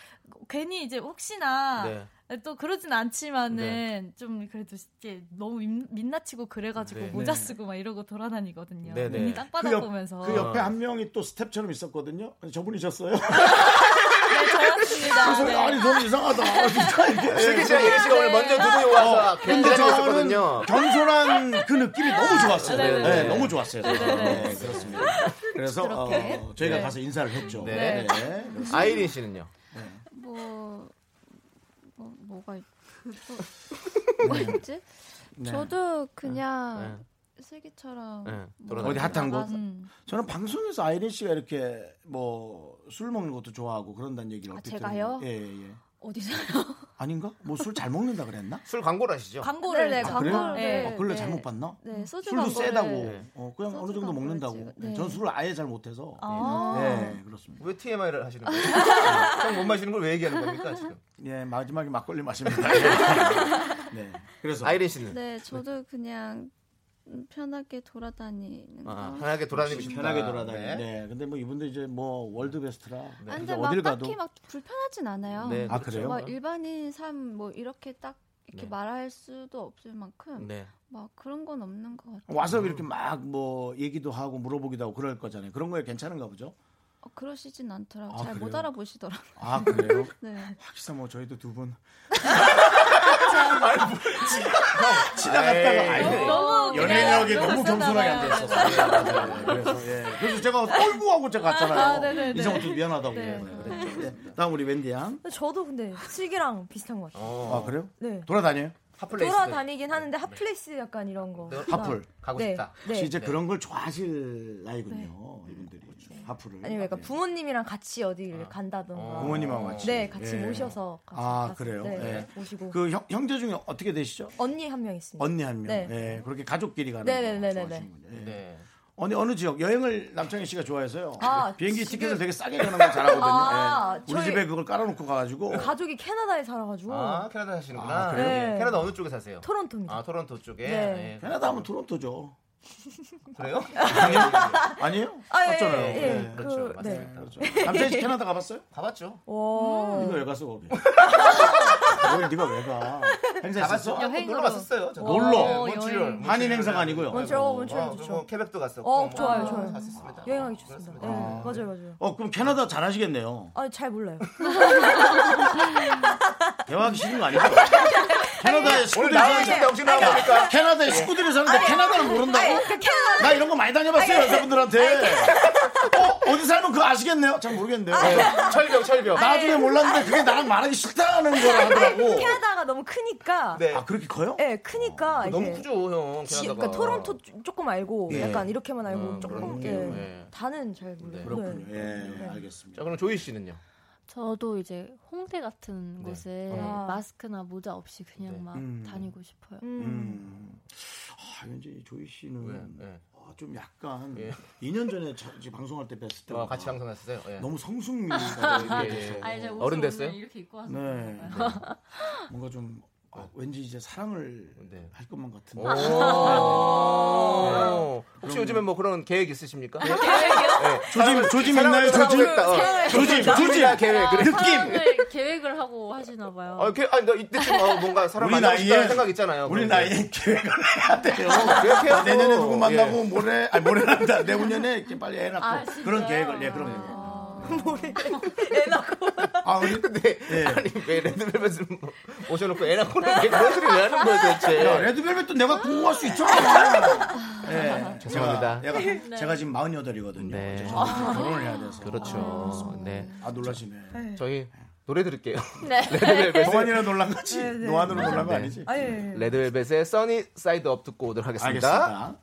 괜히 이제 혹시나 네. 또 그러진 않지만은 좀 그래도 이제 너무 민- 민낯이고 그래가지고 네. 모자 네. 네. 쓰고 막 이러고 돌아다니거든요. 네네. 괜히 땅바닥 그 옆- 보면서 그 옆에 한 명이 또 스텝처럼 있었거든요. 아니, 저분이셨어요. 네, 저였습니다. 그래서 네. 아니 [laughs] 저는 이상하다. 진짜 이게. 슬기 씨가 예리 씨가 오늘 먼저 두 분이 와서 근데 굉장히 어. 저는 있었거든요. 겸손한 그 느낌이 너무 좋았어요. 네, 네네네. 너무 좋았어요. 저는. 네네네. 네, 그렇습니다. 그래서 어, 저희가 가서 인사를 했죠. 네. 네, 그렇습니다. 아이린 씨는요? 뭐, 뭐 뭐가 있, 뭐, 뭐 있지? 네. 저도 어. 그냥 슬기처럼 네, 뭐 돌아다니고. 어디 핫한 곳? 나가서- 음. 저는 방송에서 아이린 씨가 이렇게 뭐 술 먹는 것도 좋아하고 그런다는 얘기를 아, 어떻게 제가요? 들었는데. 예, 예, 예. 어디서요? 아닌가? 뭐 술 잘 먹는다 그랬나? 술 어. 광고라시죠? 광고를 네, 네, 아, 그래요? 광고를. 네. 어, 그걸 네. 잘못 봤나? 네, 소주 음, 술도 광고를- 세다고 네. 어, 그냥 어느 소주 정도 광고를 먹는다고. 찍어- 네. 전 술을 아예 잘 못해서 아. 네 그렇습니다. 왜 TMI를 하시는 거예요? 형못 마시는 걸 왜 얘기하는 겁니까 지금? 예 마지막에 막걸리 [laughs] 마십니다. 네 그래서 아이린 씨는 네, 저도 그냥 편하게 돌아다니는 거. 아, 편하게 돌아다니고 싶다. 편하게 돌아다니. 네. 네. 근데 뭐 이분들 이제 뭐 월드 베스트라 아, 이제 근데 막 어딜 가도 딱히 막 불편하진 않아요. 네, 아, 그렇죠. 그래요? 막 일반인 삶 뭐 이렇게 딱 이렇게 네. 말할 수도 없을 음. 만큼 네. 막 그런 건 없는 것 같아요. 와서 이렇게 막 뭐 얘기도 하고 물어보기도 하고 그럴 거잖아요. 그런 거에 괜찮은가 보죠? 어, 그러시진 않더라고. 아, 요 잘 못 그래요? 알아보시더라고. 아 그래요? 네. 확실히 뭐 저희도 두 분뭐 에이. 지나갔다가 아이고. 예. 너무 그냥 네. 연예인력이 너무 그냥 겸손하게 안 쓰다가 그- 네. 됐었어요. 그래서, 예. 그래서 제가 떨고 하고 제가 아, 갔잖아요. 네네네. 이성훈도 미안하다고. 네. 그랬죠. 네. 다음 우리 웬디 양. 저도 근데 슬기랑 비슷한 것 같아요. 아 어, 그래요? 네. 돌아다녀요? 핫플레이스. 돌아다니긴 하는데 핫플레이스 약간 이런 거. 네. 하플. 가고 네. 싶다. 네. 이제 그런 걸 좋아하실 나이군요. 이분들이 하프를. 아니 그러니까 부모님이랑 같이 어디를 간다던가. 부모님하고 같이. 네, 같이 예. 모셔서. 같이 아, 갔을 그래요? 때 예. 모시고. 그 형, 형제 중에 어떻게 되시죠? 언니 한 명 있습니다. 언니 한 명. 네. 예, 그렇게 가족끼리 가는 네네네네네. 거 좋아하시는군요. 예. 네. 어느 어느 지역 여행을 남창희 씨가 좋아해서요. 아, 비행기 지금- 티켓을 되게 싸게 가는 걸 잘하거든요. 아, 예. 우리 저희- 집에 그걸 깔아놓고 가가지고 가족이 캐나다에 살아가지고 아 캐나다 사시는구나. 아, 그래요? 네. 캐나다 어느 쪽에 사세요? 토론토입니다. 아 토론토 쪽에. 네. 예, 캐나다 하면 토론토죠. [laughs] 그래요? 아니에요? 아, 예, 맞잖아요. 예, 예. 그, 그렇죠. 네. 맞습니다. 남창희 씨 캐나다 가봤어요? 가봤죠. 와. 이거 왜 [laughs] 갔어 거기? 뭘 네가 왜 가? 행사 가봤죠. 있었어? 여행으로. 놀러 갔었어요. 저도. 놀러? 네, 어, 몬트리올, 여행. 몬트리올. 한인 행사가 아니고요. 먼저 어, 먼저 어, 좋죠. 그리고 케벡도 갔었고. 뭐 어, 좋아요, 좋아요. 갔었습니다. 여행하기 좋습니다. 네, 아, 맞아요, 맞아요. 어 그럼 캐나다 잘하시겠네요. 아, 잘 몰라요. 대화하기 싫은 [laughs] 거 아니죠? 캐나다에 오늘 식구들이 나가는 사는데 책 정신 나가니까. 예. 캐나다에 식구들이 사는데 캐나다를 모른다고? 그 나 이런 거 많이 다녀봤어요 여자분들한테. 그- 어 어디 살면 그거 아시겠네요? 잘 모르겠는데요. 예. 철벽 철벽. 아, 나중에 몰랐는데 그게 나랑 말하기 싫다는 걸 하더라고. 캐나다가 어. 너무 크니까. 그 네. 아 그렇게 커요? 예, 크니까 아, 이게 너무 크죠 형. 지- 캐나다가. 그러니까 토론토 쪼- 조금 알고 예. 약간 이렇게만 알고 음, 그런 조금 예. 느낌. 예. 다는 잘 몰라요. 네. 그렇군요. 네. 예 알겠습니다. 자 그럼 조이 씨는요. 저도 이제 홍대 같은 네. 곳에 아. 마스크나 모자 없이 그냥 네. 막 어. 음. 다니고 싶어요. 음. 아, 현재 이 조이 씨는 왜? 예. 아, 좀 약간 예. 2년 전에 저, 이제 방송할 때 뵀을 때 어, 같이 방송했었어요. 예. 너무 성숙미가 [laughs] 예, 되게 예. 있어요. 아, 이제 옷을 어른 됐어요? 오늘 이렇게 입고 와서 네. 뭔가 좀 아, 왠지 이제 사랑을 네. 할 것만 같은 오. 데 혹시 요즘에 뭐 그런 계획 있으십니까? 조짐 조짐 있나요? 네. 조짐 네. 네. 아. 조짐 조짐 조지야 어. 계획 그래. 어. 느낌. 사랑을 계획을 하고 하시나 봐요. 아, 게, 아니, 나 이때쯤 어, 뭔가 사람 우리 만나고 싶다는 나이에- 생각 있잖아요. 우리 그런데. 어, 나이에 계획을 해야 돼요. 그렇게 해요. 내년에 누구 예. 만나고 모레 아니 모레란다 내후년에 이렇게 빨리 애 낳고 아, 진짜요? 그런 계획을 예 그런 계획. 아, 우리 근데 예. 아니 왜 레드벨벳을 뭐 모- 아, 모셔놓고 애 낳고는 왜 그런 소리 왜 하는 거야 도대체? 야, 레드벨벳도 내가 궁금할 수 있잖아. 예, 죄송합니다. 제가, 얘가- 네. 제가 지금 48이거든요. 이제 저도 이제 결혼을 해야 돼서. 그렇죠. 네. 아, 놀라시네. 저희 노래 들을게요. 네. 레드벨벳의 동안이라 놀란 거지. 노안으로 놀란 거 네. 아니지? 아, 예, 예. 레드벨벳의 써니 사이드 업 듣고 오도록 하겠습니다. 알겠습니다.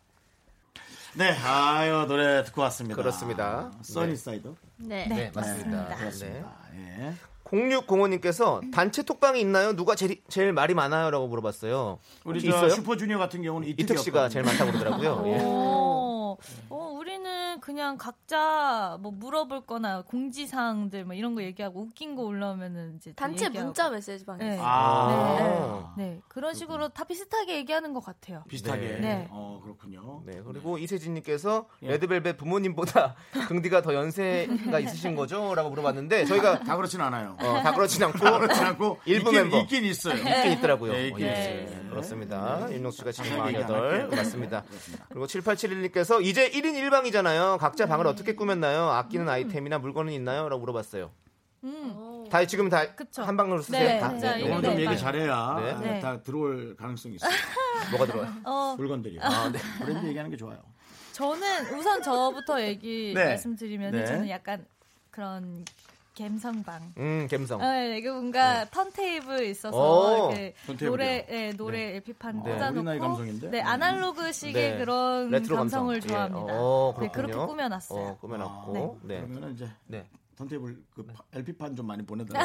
네, 아유, 노래 듣고 왔습니다. 그렇습니다. 써니사이드. 네. 네, 맞습니다. 네. 그렇습니다. 예. 0605님께서 단체 톡방이 있나요? 누가 제일, 제일 말이 많아요? 라고 물어봤어요. 우리 혹시 저 슈퍼주니어 같은 경우는 이특 씨가 제일 많다고 그러더라고요. 예. [laughs] 어, 네. 어, 우리는 그냥 각자 뭐 물어볼 거나 공지사항들 뭐 이런 거 얘기하고 웃긴 거 올라오면은 이제 또 단체 얘기하고. 문자 메시지 방에 네. 어. 예. 아, 네. 그런 식으로 다 비슷하게 얘기하는 것 같아요. 비슷하게. 네. 어, 그렇군요. 네, 그리고 이세진님께서 예. 레드벨벳 부모님보다 [laughs] 긍디가 더 연세가 있으신 거죠? 라고 물어봤는데 저희가 다 그렇진 않아요. 어, 다 그렇진 않고 다 [laughs] 그렇진 않고. 일부 있긴, 멤버. 있긴 있어요. 있긴 있더라고요. 네, 있긴 예, 있어요. 예, 그렇습니다. 윤영수 씨가 지금 자세히 얘기 안 48 할게요. 맞습니다. 그리고 7871님께서 이제 1인 1방이잖아요. 각자 음. 방을 어떻게 꾸몄나요? 아끼는 아이템이나 물건은 있나요? 라고 물어봤어요. 다 지금 다 음. 그쵸. 한 방으로 쓰세요. 네, 다. 네, 네. 이거는 좀 네. 얘기 잘해야 네. 아, 네. 다 들어올 가능성이 있어요. 뭐가 들어와요? 어, 물건들이. 아, 네. 브랜드 얘기하는 게 좋아요. 저는 우선 저부터 얘기 네. 말씀드리면 네. 은 저는 약간 그런 갬성방. 음, 갬성. 아, 네, 이게 뭔가 턴테이블 오, 있어서 이렇게 턴테이블이요. 노래 네, 노래 LP판 네. 우리 나이 꽂아놓고 감성인데? 네, 아날로그식의 네. 그런 레트로 감성. 감성을 예. 좋아합니다. 어, 네, 그렇게 그렇군요. 꾸며놨어요. 아, 어, 꾸며놨고. 네. 네. 그러면은 이제 네. 턴테이블 그 LP판 좀 많이 보내달라고.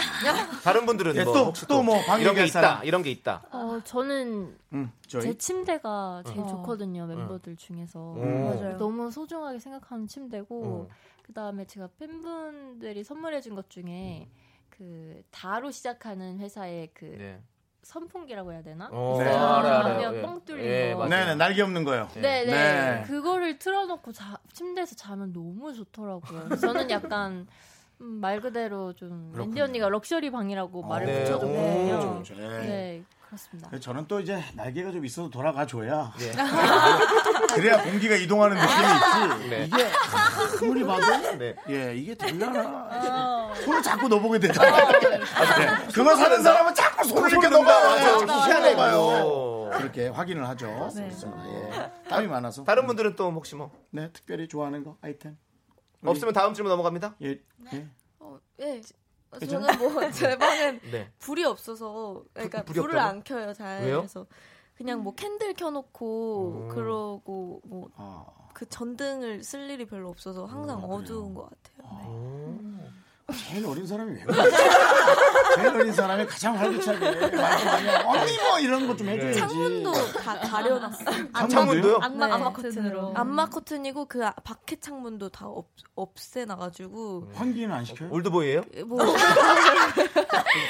다른 분들은 예, 뭐 또, 혹시 또뭐 방에 이런 게 갈 있다. 사람? 이런 게 있다. 아, 어, 저는 음, 제 저희 어. 침대가 제일 좋거든요 멤버들 중에서 맞아요. 너무 소중하게 생각하는 침대고 어. 음. 그 다음에 제가 팬분들이 선물해준 것 중에 음. 그 다로 시작하는 회사의 그 네. 선풍기라고 해야 되나? 어, 네. 알아요, 알아요. 가면 예. 뻥 뚫린 예, 거. 맞아요. 네네 날개 없는 거요. 네네 네. 그거를 틀어놓고 자- 침대에서 자면 너무 좋더라고요. 저는 약간 음, 말 그대로 좀 랜디 언니가 럭셔리 방이라고 말을 네. 붙여줬거든요. 오, 좋죠, 좋죠. 예. 네 그렇습니다. 저는 또 이제 날개가 좀 있어도 돌아가 줘야. 네. 예. 그래야 공기가 이동하는 느낌이 있지. 네. 이게 아무리 봐도 네. 예 이게 되려나 손을 자꾸 넣어보게 되잖아. 네. 그거 사는 사람은 자꾸 손을 이렇게 넣어봐요. 맞아. 희한해 봐요. 그렇게 확인을 하죠. 그렇습니다. 예. 땀이 많아서. 다른 분들은 또 혹시 뭐 네 특별히 좋아하는 거 아이템. 없으면 다음 질문 넘어갑니다. 예. 예. 어, 예. 저는 [laughs] 뭐 제 방엔 네. 불이 없어서 그러니까 불- 불이 불을 없다고? 안 켜요 잘. 왜요? 그래서 그냥 뭐 캔들 켜놓고 그러고 뭐 그 아, 전등을 쓸 일이 별로 없어서 항상 어두운 것 같아요. 네. 제일 어린 사람이 왜 그래? [laughs] 제일 어린 사람이 가장 활기차게 말도 많이 하고 언니 뭐 이런 거 네. 좀 해줘야지. 창문도 다 [laughs] 가려놨어요. 아, 창문도요? 악마 네. 악마 커튼으로. 뭐 안마 커튼이고 그 아- 밖에 창문도 다 없, 없애놔가지고 환기는 안 시켜요? 올드보이예요? 뭐 [laughs]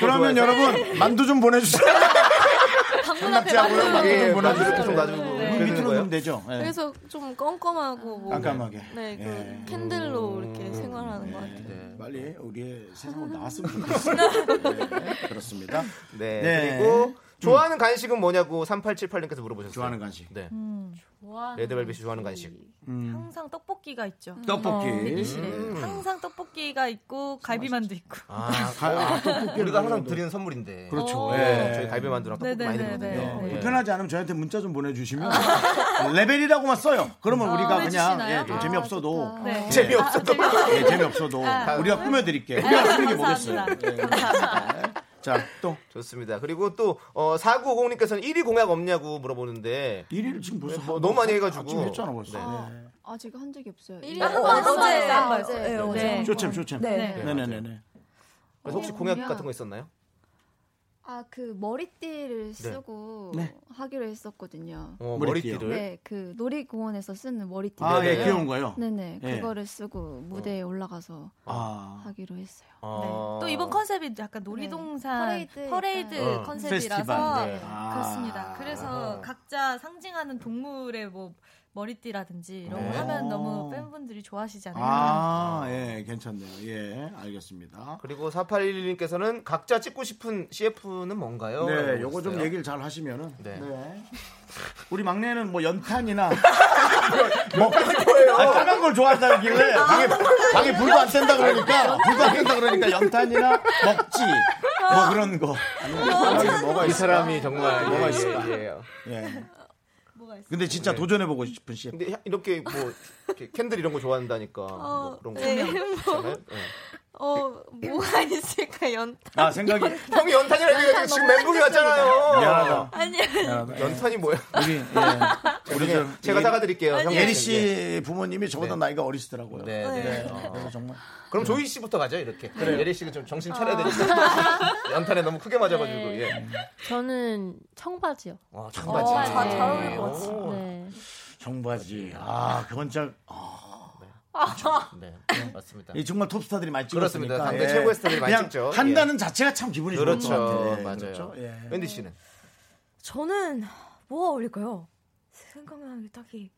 그러면 여러분 만두 좀 보내주세요. 방문 낙지 하고요. 만두 좀 예, 만두 보내주세요. 이렇게 좀 놔주고 그 그러는 밑으로 거예요? 넣으면 되죠. 예. 그래서 좀 껌껌하고 뭐 깜깜하게. 네, 그 아, 예. 음. 캔들로 이렇게 생활하는 것 같아요. 네. 빨리 우리의 세상으로 나왔으면 좋겠어요. 네, 그렇습니다. 네. 네. 그리고 좋아하는 간식은 뭐냐고 3878님께서 물어보셨어요. 좋아하는 음. 간식. 네. 좋아하는 레드벨벳이 좋아하는 간식. 음. 항상 떡볶이가 있죠. 떡볶이. 네. 항상 떡볶이가 있고 갈비만두 있고. 아, 아, 떡볶이 우리가 항상 드리는 선물인데. 네, 그렇죠. 오. 예. 어. 저희 갈비만두랑 떡볶이 많이 네네네네. 드리거든요. 네. 예. 어, 불편하지 않으면 저한테 문자 좀 보내주시면 레벨이라고만 써요. 아, 그러면 우리가 그냥 보내주시나요? 아, 예, 좀 아, 재미없어도 네. [laughs] 재미없어도 예, 재미없어도 우리가 꾸며드릴게요. 우리가 꾸는 게 뭐겠어요. 아, 감사합니다. 자또 좋습니다. 그리고 또 어, 4950님께서는 1위 공약 없냐고 물어보는데 1위를 지금 벌써 뭐 너무 많이 해가지고. 지금 했잖아 벌써. 네. 아직 한 적이 없어요. 일일 어, 한 어, 번, 한 번, 어제, 한 번. 어제, 네, 어제. 어제. 아, 쇼챔 쇼챔. 네. 네, 네, 네, 네. 그래서 혹시 공약 같은 거 있었나요? 아, 그 머리띠를 쓰고 네. 하기로 했었거든요. 어, 머리띠요. 머리띠를. 네, 그 놀이공원에서 쓰는 머리띠. 아, 예, 네. 귀여운 거요. 어. 네네, 예. 그거를 쓰고 무대에 올라가서 아, 하기로 했어요. 어. 네. 또 이번 컨셉이 약간 놀이동산 네. 퍼레이드, 퍼레이드 어, 약간. 컨셉이라서 네. 아. 그렇습니다. 그래서 각자 상징하는 동물의 뭐 머리띠라든지 이런 거 네. 하면 너무 팬분들이 어. 좋아하시지 않을까. [laughs] 아, 예, 괜찮네요. 예, 알겠습니다. 그리고 4811님께서는 각자 찍고 싶은 CF는 뭔가요? 네, 라고 요거 좀 물어봤어요. 얘기를 잘 하시면은. 네. 네. 우리 막내는 뭐 [laughs] 연탄이나 뭐 거예요? 빨간 걸 좋아한다길래 방에, 방에 불도 안 뗀다 그러니까 불도 안 뗀다 그러니까 연탄이나 먹지 뭐 그런 거 아니면 사람이 뭐가 이 있어? 사람이 정말 뭐가 예, 있을까? 예, 예. 예. 뭐가 있어요? 근데 진짜 도전해보고 싶은 시. 근데 야, 이렇게 뭐 이렇게 캔들 이런 거 좋아한다니까 뭐 그런 거 네, 있잖아요. 뭐, 예. 어, 뭐가 있을까, 연탄. 아 생각이 형이 연탄이라고 얘기하니까 지금 멘붕이 왔잖아요. 네. 미안하다. 아니, 아니. 연탄이 뭐야? 우리 [laughs] 예. 우리 저 제가 예- 사과드릴게요. 형 예리 씨 부모님이 저보다 나이가 어리시더라고요. 네, 네. 어, 그래서 정말 그럼 조이 씨부터 가죠 이렇게. 예리 씨가 좀 정신 차려야 되니까 연탄에 너무 크게 맞아가지고. 예. 아, 저는 청바지요. 와 청바지. 어, 잘- 네. 잘 어울릴 것 네. 같아. 네. 청바지. 아 그건 참. 네, 맞습니다. 이 정말 톱스타들이 많이 그렇습니다. 찍었으니까. 예. 당대 최고의 스타들이 많이 그냥 찍죠. 예. 한다는 자체가 참 기분이 그렇죠, 좋은 것 같아요. 맞아요. 그렇죠? 예. 웬디 씨는 저는 뭐가 어울릴까요? 생각나는 게 딱히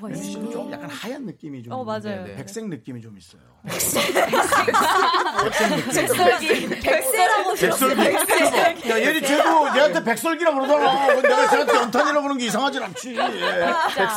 뭐가 왠지 있을까요? 좀 약간 하얀 느낌이 좀 어, 있는데 네, 맞아요. 백색 느낌이 좀 있어요. 아, 네. [laughs] 백세라고 백설기. 야, 아, 얘네 쟤도 얘한테 백설기라고 그러잖아. 네. 근데 내가 쟤한테 연탄이라고 그러는 게 이상하진 않지. 예.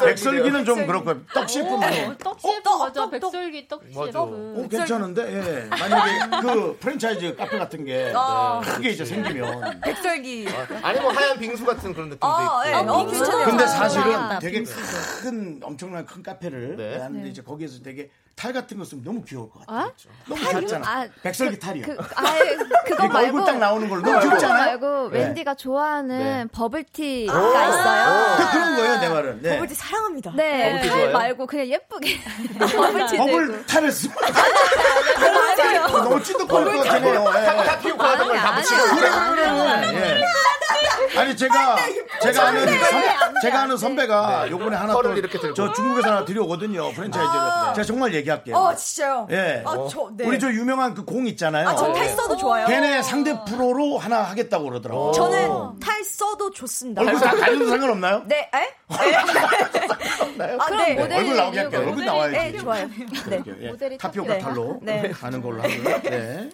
백설기는 좀 그렇고 떡실품 오, 뭐. 떡시프 맞아. 백설기 떡시프. 맞아. 어, 괜찮은데, 예. 만약에 그 프랜차이즈 카페 같은 게 아. 크게 이제 생기면. 백설기. 아니 뭐 하얀 빙수 같은 그런 느낌도 아, 예. 있고. 어, 괜찮아요. 근데 맞다, 사실은 되게 큰, 엄청난 큰 카페를 네. 하는데 이제 거기에서 되게 탈 같은 거 쓰면 너무 귀여울 것 같아. 아? 너무 귀엽잖아. 아, 백설기 탈이야. 그, 아예 그거 이거 얼굴 말고 딱 나오는 걸로 너무 그거 귀엽지 않아요? 말고 네. 웬디가 좋아하는 네. 버블티가 그- 있어요. 그런 거예요, 내 말은. 네. 버블티 사랑합니다. 네, 버블티 탈 좋아요? 말고 그냥 예쁘게 버블 탈을 쓰면. 너무 찐득거릴 것 같아요. 예. 다 피우고 하던 걸다 아니, 붙이고. 아니, 그래 그래 그래. 예. 아니 제가 제가 아는 선, 제가 아는 선배가 요번에 하나 털을 또 이렇게 들고. 저 중국에서 하나 들여오거든요 프랜차이즈를 제가 정말 얘기할게요. 어, 진짜요? 예. 아, 저, 네. 우리 저 유명한 그 공 있잖아요. 아, 저탈 써도 좋아요. 걔네 상대 프로로 하나 하겠다고 그러더라고. 어. 저는 탈 써도 좋습니다. 얼굴 다 가려도 상관없나요? 네, 에? 에? 아, 네. 네, 얼굴 이유가 나오게 할게요. 얼굴 나와야지. 네, 좋아요. 네. 예, 모델이 타피오카 타피오카? 탈로 네. 가는 걸로 하고요. 네.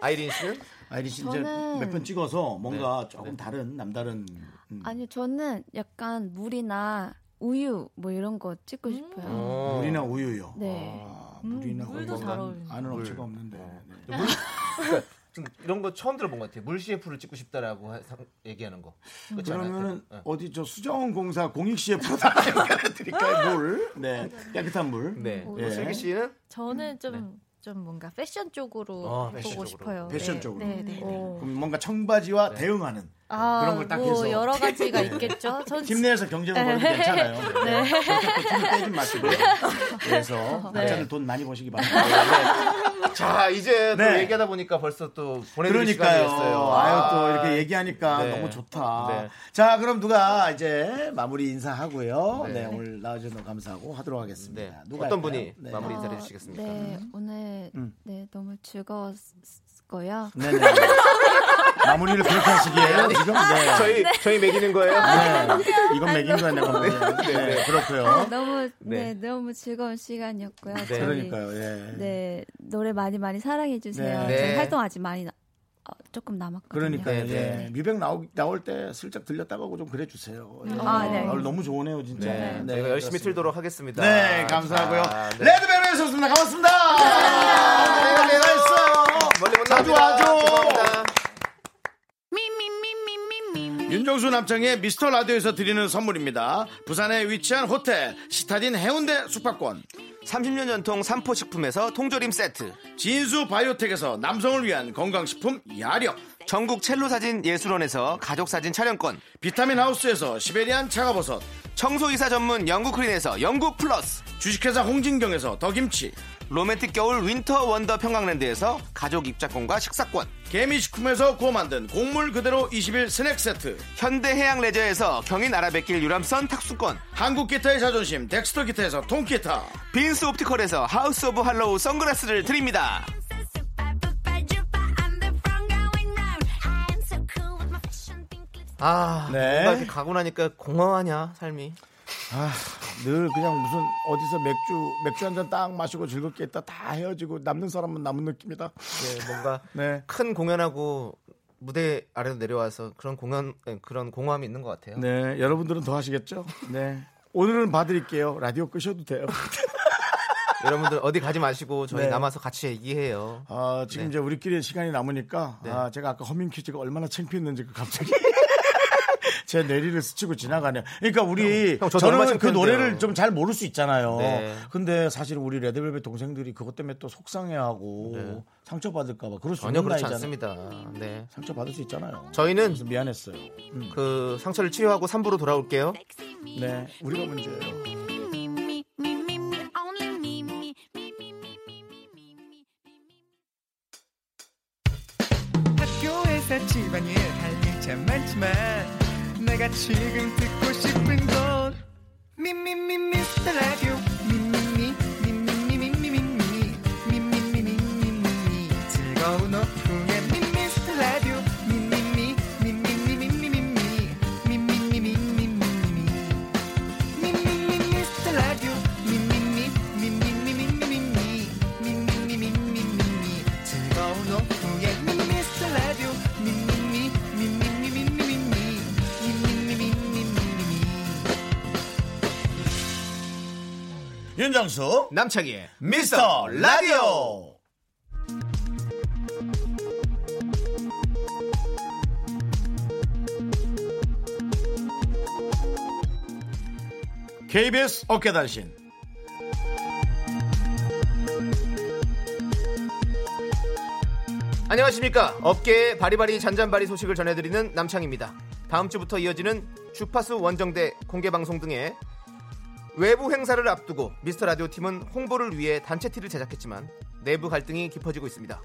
아이린 씨는 아이리 씨 저는- 이제 몇 편 찍어서 뭔가 조금 다른 남다른 음, 아니요, 저는 약간 물이나 우유 뭐 이런 거 찍고 싶어요. 뭐 물이나 우유요. 네. 아, 물이나 음, 물도 우유는 잘 어울리네. 아는 업체가 없는데. 네. 물, 그러니까 좀 이런 거 처음 들어본 것 같아요. 물 CF를 찍고 싶다라고 하- 상- 얘기하는 거. 그렇지 않아요? 그러면은 네. 어디 저 수자원 공사 공익 씨에 프로다 [laughs] 연결해 드릴까요? 물. 네. 깨끗한 물. 예. 네. 뭐 슬기 씨는 저는 좀 좀 뭔가 패션 쪽으로 아, 보고 패션 쪽으로. 네. 싶어요. 패션 네. 쪽으로. 네, 네. 그럼 뭔가 네. 청바지와 대응하는 아, 그런 걸딱 뭐 해서. 여러 가지가 있겠죠. 전 팀 내에서 경쟁을 벌면 괜찮아요. 네. 그렇게 또 팀을 빼지 마시고요. 그래서 각자들 돈 많이 버시기 바랍니다. 네, 자 이제 또 네. 얘기하다 보니까 벌써 또 보내드릴 그러니까요. 시간이었어요. 아유 또 이렇게 얘기하니까 네. 너무 좋다. 네. 자 그럼 누가 이제 마무리 인사하고요. 네. 네, 오늘 나와주셔서 너무 감사하고 하도록 하겠습니다. 네. 누가 어떤 할까요? 분이 네. 마무리 인사를 어, 해주시겠습니까? 네, 오늘 네 너무 즐거웠고요. 네네. [laughs] 마무리를 그렇게 하시기에요 지금. 네. 아, 저희 저희 매기는 거예요. 네. 이건 맥인 거야 내가 보기엔. 네. 네. 아, 그렇고요. 너무 네. 네. 너무 즐거운 시간이었고요. 저희, 그러니까요. 예. 네 노래 많이 많이 사랑해 주세요. 네. 저희 활동 아직 많이 나- 어, 조금 남았거든요. 그러니까요. 네, 예. 네. 뮤뱅 나오, 나올 때 슬쩍 들렸다고 하고 좀 그래 주세요. 예. 아, 네. 오늘 너무 좋으네요, 진짜. 네. 네, 저희가 열심히 그렇습니다. 틀도록 하겠습니다. 네, 감사하고요. 자, 네. 레드벨벳이었습니다. 고맙습니다. 내가 내가 있어요. 멀리 못 자주 나갑니다. 와줘. 죄송합니다. 윤정수 남창의 미스터 라디오에서 드리는 선물입니다. 부산에 위치한 호텔 시타딘 해운대 숙박권, 30년 전통 삼포식품에서 통조림 세트 진수 바이오텍에서 남성을 위한 건강식품 야력, 전국 첼로 사진 예술원에서 가족 사진 촬영권 비타민 하우스에서 시베리안 차가버섯, 청소이사 전문 영국 크린에서 영국 플러스 주식회사 홍진경에서 더김치, 로맨틱 겨울 윈터 원더 평강랜드에서 가족 입자권과 식사권 개미식품에서 구워 만든 곡물 그대로 21 스낵 세트, 현대해양 레저에서 경인 아라뱃길 유람선 탁수권 한국 기타의 자존심 덱스터 기타에서 통기타, 빈스 옵티컬에서 하우스 오브 할로우 선글라스를 드립니다 아 네. 뭔가 이렇게 가고 나니까 공허하냐 삶이 늘 그냥 무슨 어디서 맥주 맥주 한 잔 딱 마시고 즐겁게 있다 다 헤어지고 남는 사람은 남은 느낌이다. 네, 뭔가 [laughs] 네. 큰 공연하고 무대 아래로 내려와서 그런 공연 네, 그런 공허함이 있는 것 같아요. 네, 여러분들은 더 하시겠죠? 네. 오늘은 봐드릴게요. 라디오 끄셔도 돼요. 여러분들 어디 가지 마시고 저희 네. 남아서 같이 얘기해요. 아, 지금 네. 이제 우리끼리 시간이 남으니까 네. [laughs] 아, 제가 아까 허밍 퀴즈가 얼마나 창피했는지 그 갑자기 제 뇌리를 스치고 지나가네요. 그러니까 우리 형, 저도 얼마 저는 전에 그 노래를 그랬는데요. 좀 잘 모를 수 있잖아요. 네. 근데 사실 우리 레드벨벳 동생들이 그것 때문에 또 속상해하고 네. 상처받을까봐 그럴 수 전혀 있는 그렇지 나이잖아요. 않습니다. 네. 상처받을 수 있잖아요. 저희는 그래서 미안했어요. 그 상처를 치유하고 3부로 돌아올게요. 네, 우리가 문제예요. 학교에서 집안일 할 일 참 많지만 내가 지금 듣고 싶은 건 미미미 미스터 라디오 미미미 미미미 미미미 미미미 미미미 즐거운 오후에 미미스터 라디오 미미미 미미미 미미미 미미미 미미미 미미미 미스터 라디오 미미미 미미미 미미미 미미미 미미미 즐거운 오후에 미스터 라디오 미미미 미미미 미미미 미미미 미미미 윤정수 남창희의 네. 미스터 라디오 KBS 어깨단신 안녕하십니까. 업계의 바리바리 잔잔바리 소식을 전해드리는 남창입니다. 다음 주부터 이어지는 주파수 원정대 공개방송 등의 외부 행사를 앞두고 미스터 라디오 팀은 홍보를 위해 단체 티를 제작했지만 내부 갈등이 깊어지고 있습니다.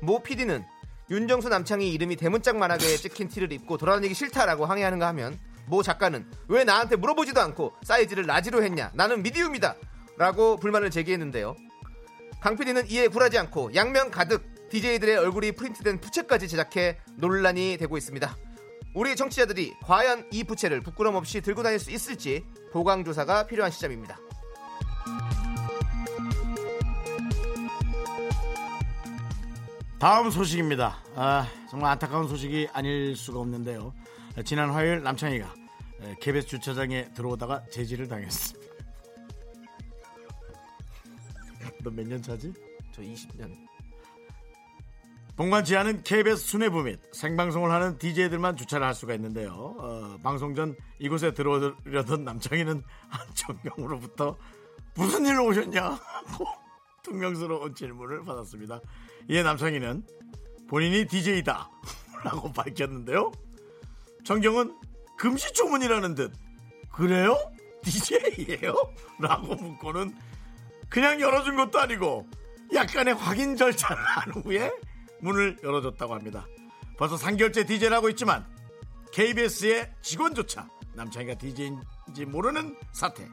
모 PD는 윤정수 남창이 이름이 대문짝만하게 찍힌 티를 입고 돌아다니기 싫다라고 항의하는가 하면 모 작가는 왜 나한테 물어보지도 않고 사이즈를 라지로 했냐 나는 미디움이다 라고 불만을 제기했는데요. 강 PD는 이에 굴하지 않고 양면 가득 DJ들의 얼굴이 프린트된 부채까지 제작해 논란이 되고 있습니다. 우리 청취자들이 과연 이 부채를 부끄럼 없이 들고 다닐 수 있을지 보강 조사가 필요한 시점입니다. 다음 소식입니다. 아, 정말 안타까운 소식이 아닐 수가 없는데요. 지난 화요일 남창희가 에, KBS 주차장에 들어오다가 제지를 당했습니다. [laughs] 너 몇 년 차지? 저 20년. 본관 지하는 KBS 수뇌부 및 생방송을 하는 DJ들만 주차를 할 수가 있는데요. 어, 방송 전 이곳에 들어오려던 남창희는 [laughs] 한정경으로부터 무슨 일로 오셨냐? [laughs] 퉁명스러운 질문을 받았습니다. 이에 남창희는 본인이 DJ다 [laughs] 라고 밝혔는데요. 정경은 금시초문이라는 듯 그래요? DJ예요? [laughs] 라고 묻고는 그냥 열어준 것도 아니고 약간의 확인 절차를 한 후에 문을 열어줬다고 합니다. 벌써 3개월째 DJ를 하고 있지만 KBS의 직원조차 남창희가 DJ인지 모르는 사태.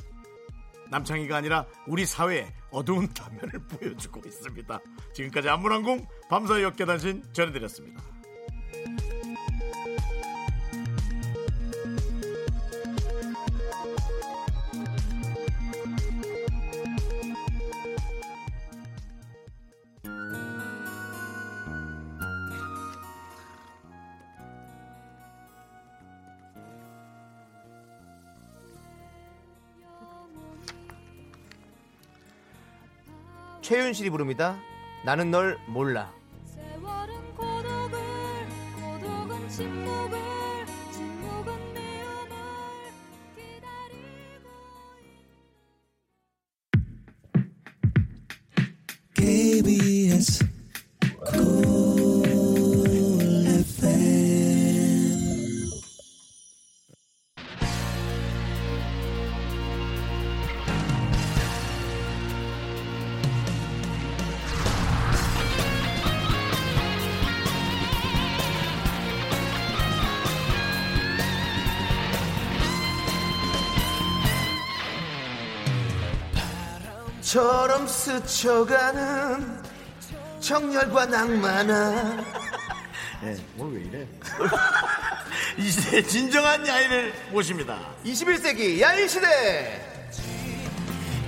남창희가 아니라 우리 사회의 어두운 단면을 [laughs] 보여주고 있습니다. 지금까지 안무항공 밤사이 역계단신 전해드렸습니다. 최윤실이 부릅니다. 나는 널 몰라. 세월은 고독을 고독은 침묵을 침묵은 미움을 KBS Cool FM 처럼 스쳐가는 청열과 낭만아 예, 오늘 왜 이래? [laughs] 이제 진정한 야인을 모십니다. 21세기 야인 시대.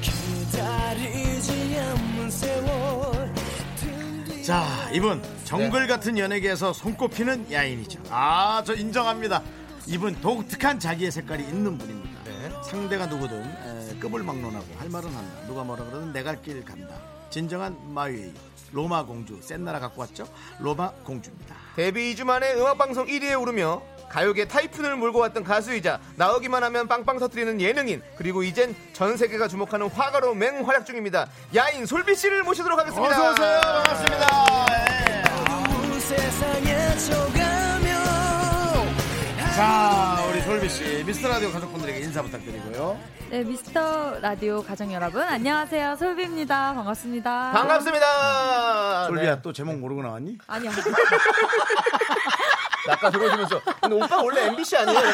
기다리지 않는 세월 자, 이분 정글 같은 연예계에서 손꼽히는 야인이죠. 아, 저 인정합니다. 이분 독특한 자기의 색깔이 있는 분입니다. 상대가 누구든 에, 급을 막론하고 할 말은 한다. 누가 뭐라 그러든 내 갈 길 간다. 진정한 마웨이 로마 공주 센 나라 갖고 왔죠? 로마 공주입니다. 데뷔 2주 만에 음악방송 1위에 오르며 가요계 타이푼을 몰고 왔던 가수이자 나오기만 하면 빵빵 터뜨리는 예능인 그리고 이젠 전 세계가 주목하는 화가로 맹활약 중입니다. 야인 솔비 씨를 모시도록 하겠습니다. 어서 오세요. 예. 자, 우리 솔비 씨, 미스터 라디오 가족분들에게 인사 부탁드리고요. 네, 미스터 라디오 가족 여러분, 안녕하세요. 솔비입니다. 반갑습니다. 반갑습니다. 솔비야, 또 제목 모르고 나왔니? 아니요. 네, 아까 들어오시면서 근데 오빠 원래 MBC 아니에요? [laughs]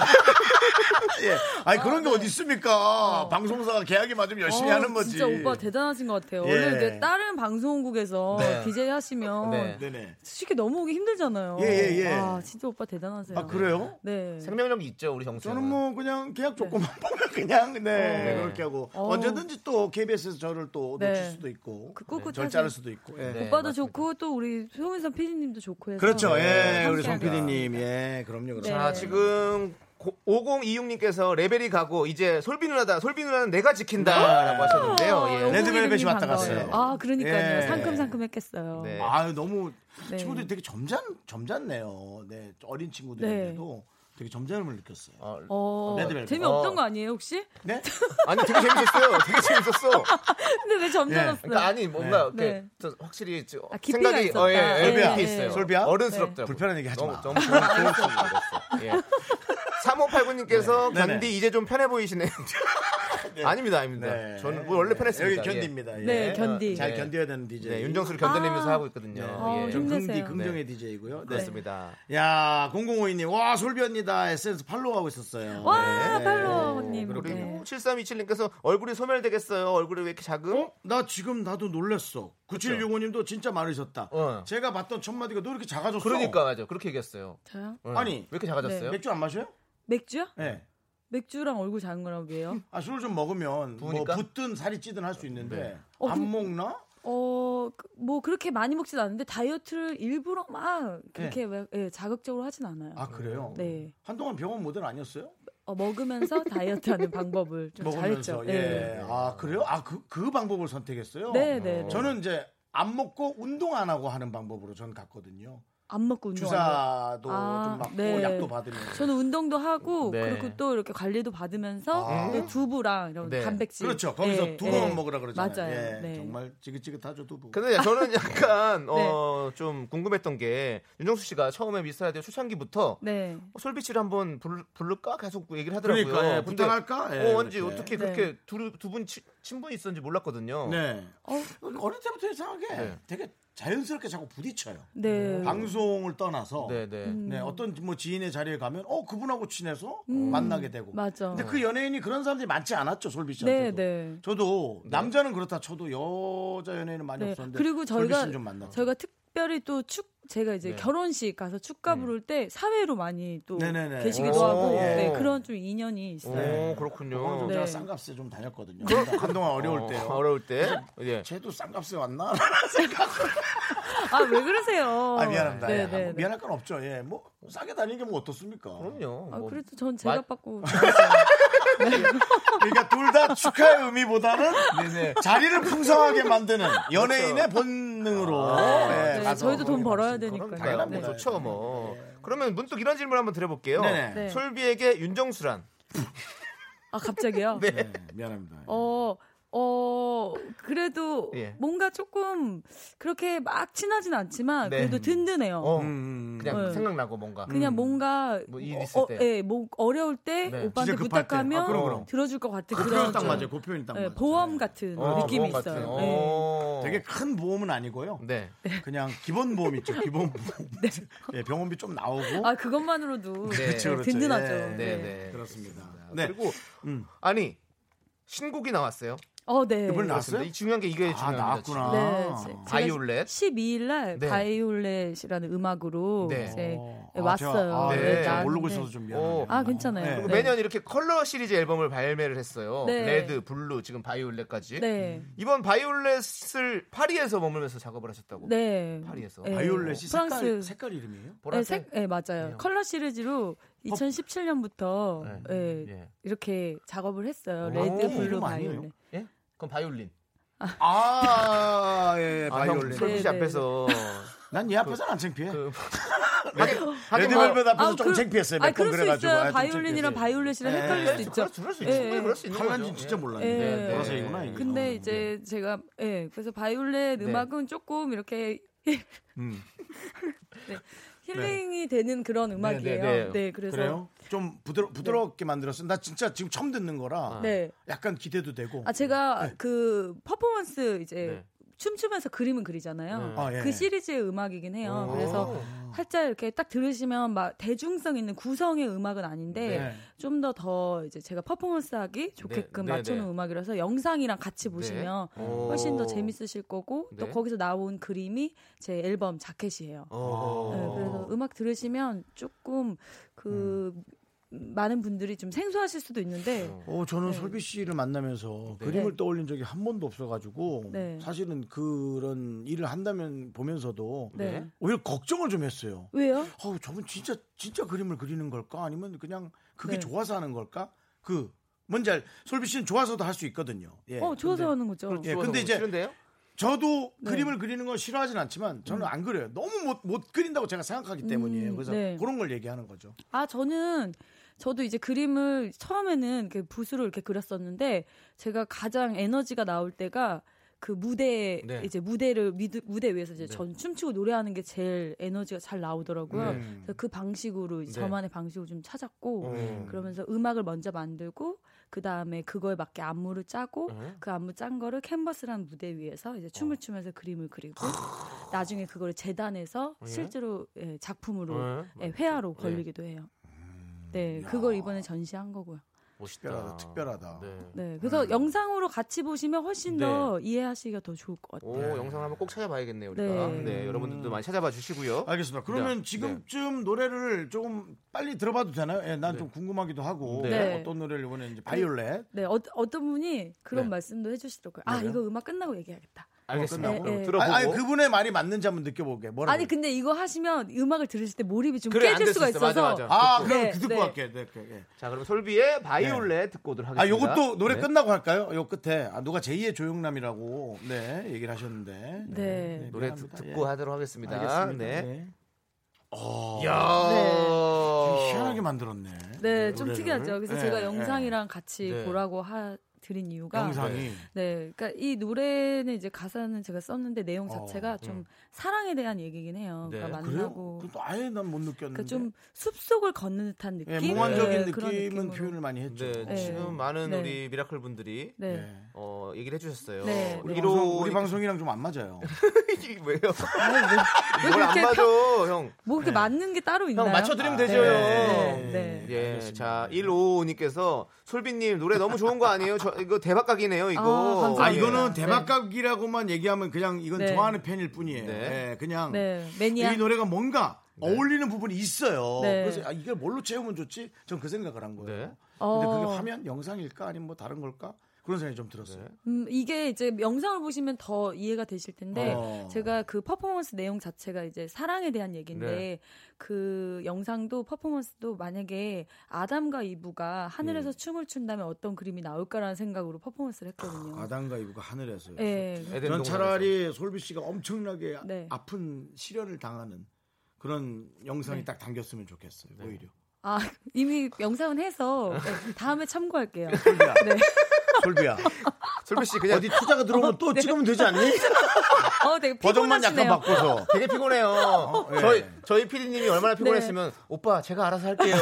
예. 아니 그런 게 어디 있습니까? 방송사가 계약이 맞으면 열심히 네. 어, 하는 거지. 진짜 오빠 대단하신 것 같아요. 예. 원래 이제 다른 방송국에서 네. DJ 하시면 솔직히 넘어오기 힘들잖아요. 예, 예, 예. 아, 진짜 오빠 대단하세요. 아, 그래요? 네. 생명력이 있죠, 우리 정수. 저는 뭐 그냥 계약 조건만 [laughs] 보면 그냥 네, 네. 그렇게 하고 어. 언제든지 또 KBS에서 저를 또 네. 그 놓칠 수도 있고 네, 꿋꿋하게. 절차를 수도 있고. 예. 네, 오빠도 좋고 또 우리 송윤선 PD님도 좋고 해서 그렇죠. 예, 함께하는 우리 송 PD님, 네. 예, 그럼요, 그럼요. 자, 지금 5026님께서 레벨이 가고 이제 솔비 누나다. 솔비 누나는 내가 지킨다라고 하셨는데요. 아. 예. 레드벨벳이 왔다 네. 반가워요. 갔어요. 네. 아, 그러니까요. 예. 상큼상큼했겠어요. 아유 너무 네. 친구들이 되게 점잖 점잖네요. 네, 어린 친구들인데도 네. 되게 점잖음을 느꼈어요. 어, 레드벨벳. 재미없던 거 아니에요, 혹시? [laughs] 네? 아니 되게 재밌었어요. 되게 재밌었어. 근데 왜 네. 점잖았어요? 그러니까 아니 뭔가 이렇게 네. 저 확실히 저 아, 깊이가 생각이 있었다. 어, 예, 예, 예, 깊이 예. 있어요. 솔비야? 네. 어른스럽죠. 불편한 얘기 하지 너무 마. 너무 [laughs] 좋은 좋은 친구였어. 예. 3589님께서 네. 견디 이제 좀 [laughs] 편해 보이시네요. 아닙니다, 아닙니다. 네. 저는 뭐 원래 편했습니다. 네. 여기 견디입니다. 예. 네, 견디. 잘 견뎌야 되는 DJ. 네. 네, 윤정수를 견뎌내면서 하고 있거든요. 아, 네. 예. 좀 긍디 힘내세요. 긍정의 DJ고요. 네. 그렇습니다. 야, 0052님. 와, 솔비언니다. SNS 팔로우하고 있었어요. 와, 네. 아, 팔로우님. 그리고 7327님께서 얼굴이 소멸되겠어요. 얼굴이 왜 이렇게 작음? 나 지금 나도 놀랬어. 9765님도 진짜 많으셨다. 어. 제가 봤던 첫마디가 너 이렇게 작아졌어. 그러니까 맞아. 그렇게 얘기했어요. 저요? 네. 응. 아니, 왜 이렇게 작아졌어요? 맥주 안 마셔요? 맥주요? 네. 맥주랑 얼굴 작은 거랑 왜요? 아, 술을 좀 먹으면 뭐 부으니까? 네. 붓든 살이 찌든 할 수 있는데 어, 안 근데- 먹나? 어, 그- 뭐 그렇게 많이 먹진 않는데 다이어트를 일부러 막 그렇게 왜- 예, 자극적으로 하진 않아요. 네. 아, 그래요? 네. 한동안 병원 모델 아니었어요? 어, 먹으면서 다이어트하는 방법을 좀 잘했죠. 먹으면서 예. 아 그래요? 아그 그 방법을 선택했어요? 네, 네, 네. 저는 이제 안 먹고 운동 안 하고 하는 방법으로 전 갔거든요. 안 먹고 운동. 아, 주사도 좀 맞고 네. 약도 받으면서. 저는 운동도 하고 네. 그리고 또 이렇게 관리도 받으면서 아. 또 두부랑 이런 네. 단백질. 그렇죠. 거기서 예, 두부만 예. 먹으라 그러잖아요. 맞아요. 예, 네. 정말 뭐. 지긋지긋하죠 두부. 근데 저는 [laughs] 약간 어, 좀 궁금했던 게 윤정수 씨가 처음에 미스터라디오 초창기부터 네. 솔비 씨를 한번 부를, 부를까 계속 얘기를 하더라고요. 그러니까, 예, 근데 부탁할까? 예, 어, 언제 이렇게. 어떻게 네. 그렇게 두분 친분이 있었는지 몰랐거든요. 네. 어, 릴 때부터 이상하게 네. 되게 자연스럽게 자꾸 부딪혀요. 네. 방송을 떠나서 네, 네. 네, 어떤 뭐 지인의 자리에 가면 어 그분하고 친해서 음, 만나게 되고. 맞아. 근데 그 연예인이 그런 사람들이 많지 않았죠 솔비 네, 씨한테도. 네. 저도 남자는 그렇다 쳐도 여자 연예인은 많이 네. 없었는데 그리고 솔비 저희가 씨는 좀 만나. 저희가 특별히 또 축 제가 이제 네. 결혼식 가서 축가 부를 때 사회로 많이 또 네네네. 계시기도 오, 하고 예. 네, 그런 좀 인연이 있어요. 오, 그렇군요. 좀 네. 제가 쌍값에 좀 다녔거든요. 한동안 어려울 어, 때요. 어려울 때. [laughs] 예. 쟤도 쌍값에 왔나? 아 왜 그러세요? 어. 아 미안합니다. 예. 네, 아, 네, 뭐 네. 미안할 건 없죠. 예, 뭐 싸게 다니는 게 뭐 어떻습니까? 그럼요. 뭐 아, 그래도 전 제가 마- 받고 그러니까 둘 다 축하의 의미보다는 네네. 그렇죠. 자리를 풍성하게 만드는 연예인의 본능으로 아, 예, 네, 가서 저희도 돈 벌어야 네. 되니까. 당연한 뭐 네. 좋죠 뭐. 그러면 문득 이런 질문 한번 드려볼게요. 네. 네네. 네. 솔비에게 윤정수란? 아 갑자기요? 네. 예, 미안합니다. 어, 어, 그래도 예. 뭔가 조금 그렇게 막 친하진 않지만 네. 그래도 든든해요. 어, 음. 그냥 네. 생각나고 뭔가. 그냥 뭔가 뭐일 어, 있을 어, 때. 예, 뭐 어려울 때 네. 오빠한테 진짜 급할 때. 부탁하면 아, 그럼, 그럼. 들어줄 것 같은 그 그런 표현 딱 좀, 맞아요. 그 표현이 딱 예, 맞아요. 네. 보험 같은 어, 느낌이 보험 같은. 있어요. 어. 예. 되게 큰 보험은 아니고요. 네. 그냥 기본 보험 있죠. [laughs] 기본 보험. 예, 병원비 좀 나오고. 네. 아 그것만으로도 네. 그렇죠, 그렇죠. 든든하죠. 예. 네. 네, 네. 그렇습니다. 음. 그리고 아니 신곡이 나왔어요. 어, 네. 그렇습니다. 이 중요한 게 이게 중요합니다. 아, 나왔구나. 지금. 네, 제- 제가 바이올렛. 12일 날 네. 바이올렛이라는 음악으로 네. 이제 아, 왔어요. 제가- 네, 아, 네. 제가 나왔는데. 모르고 있어서 좀 미안해요. 아, 괜찮아요. 그리고 네. 매년 이렇게 컬러 시리즈 앨범을 발매를 했어요. 네. 레드, 블루, 지금 바이올렛까지. 네. 이번 바이올렛을 파리에서 머물면서 작업을 하셨다고. 네. 파리에서. 네. 바이올렛이 색깔- 프랑스- 색깔 이름이에요? 네, 색, 어. 네, 맞아요. 컬러 시리즈로 2017년부터 예, 이렇게 작업을 했어요. 레드, 네. 블루, 네. 아, 바이올렛. 예? 그럼 바이올린. 아, 예, 아, 형, 네, 그 바이올렛. 네, 솔비 씨 앞에서 난 얘 앞에서는 안 창피해. 뭐- 레드벨벳 앞에서 좀 창피했어요. 아, 몇번 그럴 수 그래가지고. 아, 있어요. 좀 바이올린이랑 창피했어요. 바이올렛이랑 예, 헷갈릴 네, 수도 예. 있죠. 예, 예. 칼간지 진짜 몰랐는데. 예. 네. 보라색이구나, 이구나, 이게. 근데 이제 제가 예 그래서 바이올렛 네. 음악은 조금 이렇게 음. 힐링이 되는 그런 음악이에요. 네, 그래서 요좀 부드러, 부드럽게 만들었어요. 나 진짜 지금 처음 듣는 거라 네. 약간 기대도 되고. 아 제가 그 퍼포먼스 이제 네. 춤추면서 그림은 네. 그리잖아요. 네. 아, 예. 그 시리즈의 음악이긴 해요. 오. 그래서 살짝 이렇게 딱 들으시면 막 대중성 있는 구성의 음악은 아닌데 예. 네. 좀 더 더 이제 제가 퍼포먼스하기 좋게끔 네, 네, 맞춰놓은 네. 음악이라서 영상이랑 같이 보시면 오. 훨씬 더 재밌으실 거고 또 네. 거기서 나온 그림이 제 앨범 자켓이에요. 어. 네, 그래서 음악 들으시면 조금 그 음. 많은 분들이 좀 생소하실 수도 있는데 어, 저는 솔비 씨를 만나면서 네. 그림을 네. 떠올린 적이 한 번도 없어가지고 네. 사실은 그런 일을 한다면 보면서도 네. 오히려 걱정을 좀 했어요. 왜요? 어, 저분 진짜 진짜 그림을 그리는 걸까? 아니면 그냥 그게 네. 좋아서 하는 걸까? 그 뭔지 알, 솔비 씨는 좋아서도 할 수 있거든요. 네. 예. 어 좋아서 하는 거죠. 예, 근데 이제 저도 네. 그림을 그리는 걸 싫어하진 않지만 저는 안 그려요. 너무 못, 못 그린다고 제가 생각하기 때문이에요. 그래서 음. 네. 그런 걸 얘기하는 거죠. 아, 저는 저도 이제 그림을 처음에는 이렇게 붓으로 이렇게 그렸었는데 제가 가장 에너지가 나올 때가 그 무대 네. 이제 무대를 미드- 무대 위에서 이제 네. 전 춤추고 노래하는 게 제일 에너지가 잘 나오더라고요. 네. 그래서 그 방식으로 이제 네. 저만의 방식을 좀 어. 찾았고 네. 음. 그러면서 음악을 먼저 만들고 그 다음에 그거에 맞게 안무를 짜고 어. 그 안무 짠 거를 캔버스란 무대 위에서 이제 춤을 추면서 그림을 그리고 나중에 그걸 재단해서 예. 실제로 예, 작품으로 네, 예. 예, 회화로 예. 걸리기도 해요. 음. 네, 그걸 이번에 전시한 거고요. 특별하다, 특별하다. 네, 그래서 음. 영상으로 같이 보시면 훨씬 네. 더 이해하시기가 더 좋을 것 어. 같아요. 오 영상 을 한번 꼭 찾아봐야겠네요 우리가. 네. 네, 여러분들도 많이 찾아봐 주시고요. 알겠습니다. 네. 그러면 지금쯤 노래를 조금 빨리 들어봐도 되나요? 예, 난 좀 궁금하기도 하고 네. 어떤 노래를 이번에 이제 바이올렛 네, 어, 어떤 분이 그런 네. 말씀도 해주시더라고요. 아, 뭐예요? 이거 음악 끝나고 얘기하겠다. 알겠습니다. 예, 예. 아니, 아니, 그분의 말이 맞는지 한번 느껴볼게. 뭐라고? 아니 근데 이거 하시면 음악을 들으실 때 몰입이 좀 그래, 안 깨질 될 수가 수 있어. 맞아, 있어서 맞아. 아, 그럼 그 듣고 네. 갈게. 네, 그, 예. 자, 그럼 솔비의 바이올렛 듣고 오도록 아, 하겠습니다. 요것도 노래 네. 끝나고 할까요? 요 끝에. 아, 누가 제2의 조용남이라고, 네, 얘기를 하셨는데. 네. 노래 듣- 미안합니다. 예. 듣고 하도록 하겠습니다. 알겠습니다. 네. 네. 어. 이야. 아. 네. 희한하게 만들었네. 네, 좀 노래를. 특이하죠. 그래서 네, 제가 네. 영상이랑 같이 네. 보라고 하 드린 이유가 영상이. 네, 그러니까 이 노래는 이제 가사는 제가 썼는데 내용 자체가 어, 좀 음. 사랑에 대한 얘기긴 해요. 네. 그러니까 그래요? 만나고 그것도 아예 난 못 그러니까 느꼈는데. 좀 숲속을 걷는 듯한 느낌, 예, 음, 네. 몽환적인 네, 그런 느낌은 느낌으로. 표현을 많이 했죠. 예. 네, 네. 지금 많은 네. 우리 미라클 분들이 네. 어, 얘기를 해주셨어요. 네. 우리, 이로- 방송, [laughs] 우리 방송이랑 좀 [laughs] 안 맞아요. 왜요? 왜 [laughs] 이걸 안 그렇게 맞아, 평- 형. 뭐 네. 그렇게 맞는 게 따로 있나요? 형 맞춰드리면 되죠. 아, 네. 네. 예, 자 155님께서 솔비님 노래 너무 좋은 거 아니에요? 저 이거 어, 대박각이네요 아, 이거. 아, 이거는 네. 대박각이라고만 얘기하면 그냥 이건 네. 네. 좋아하는 팬일 뿐이에요. 예, 그냥 네, 매니아. 이 노래가 뭔가 어울리는 부분이 있어요. 네. 그래서 아, 이걸 뭘로 채우면 좋지? 전 그 생각을 한 거예요. 네. 근데 어. 그게 화면 영상일까 아니면 뭐 다른 걸까? 그런 생각이 좀 들었어요. 네. 음, 이게 이제 영상을 보시면 더 이해가 되실 텐데 어. 제가 그 퍼포먼스 내용 자체가 이제 사랑에 대한 얘기인데 네. 그 영상도 퍼포먼스도 만약에 아담과 이브가 음. 하늘에서 춤을 춘다면 어떤 그림이 나올까라는 생각으로 퍼포먼스를 했거든요. 아담과 이브가 하늘에서. 예. 에덴 전 동산에서. 차라리 솔비 씨가 엄청나게 네. 아픈 시련을 당하는 그런 영상이 네. 딱 담겼으면 좋겠어요. 오히려. 아, 이미 영상은 해서 네, 다음에 참고할게요. [laughs] 솔비야. 솔비 씨 그냥 네. 어디 투자가 네. 들어오면 또 찍으면 되지 않니? [laughs] 어, 되게 버전만 약간 피곤하시네요. 바꿔서. 되게 피곤해요. 예. 네. 저희 저희 PD님이 얼마나 피곤했으면 오빠 제가 알아서 할게요.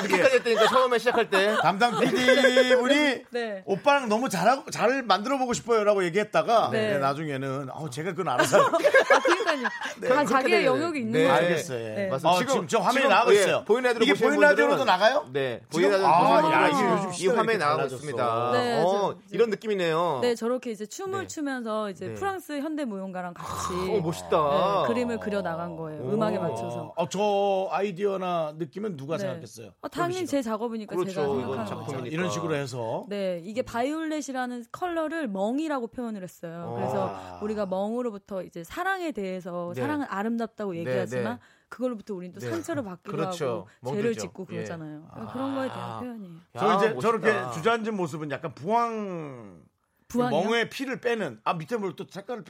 이렇게까지 했다니까 처음에 시작할 때 담당 PD 분이 네. 오빠랑 너무 잘하고 잘 만들어 보고 싶어요라고 얘기했다가 네. 네, 나중에는 어, 제가 그건 알아서 할게요. [laughs] 그러니까요. 다 네, 그렇게 자기의 돼야 돼요. 영역이 있는 네. 거예요. 알겠어요. 예. 네. 맞습니다. 어, 지금 저 화면이 나가고 있어요. 예, 보이는 라디오 이게 보시는 보이는 라디오로도 분들은- 나가요? 네. 지금- 보이는 라디오 아, 보시는 야, 분들은 이게 요즘 이 시대가 화면이 이렇게 나가고 달라졌어. 있습니다. 네, 어, 이런 느낌이네요. 네, 저렇게 이제 춤을 추면서 이제 네. 프랑스 현대 무용가랑 같이 아, 어, 멋있다. 네, 그림을 그려 나간 거예요. 음악에 맞춰서. 어, 저 아이디어나 느낌은 누가 네. 생각했어요? 어, 당연히 제 작업이니까 그렇죠. 제가 생각하는 거죠. 아, 이런 식으로 해서 네, 음. 이게 바이올렛이라는 컬러를 멍이라고 표현을 했어요. 그래서 아. 우리가 멍으로부터 이제 사랑에 대해서 네. 사랑은 아름답다고 네, 얘기하지만 네. 그걸로부터 우린 또 네. [laughs] 상처를 받기도 그렇죠. 하고 멍들죠. 죄를 짓고 예. 그러잖아요. 그런 거에 대한 표현이에요. 저 아, 이제 저렇게 주저앉은 모습은 약간 부황 부황이요? 멍의 피를 빼는 아 밑에 뭘또 색깔을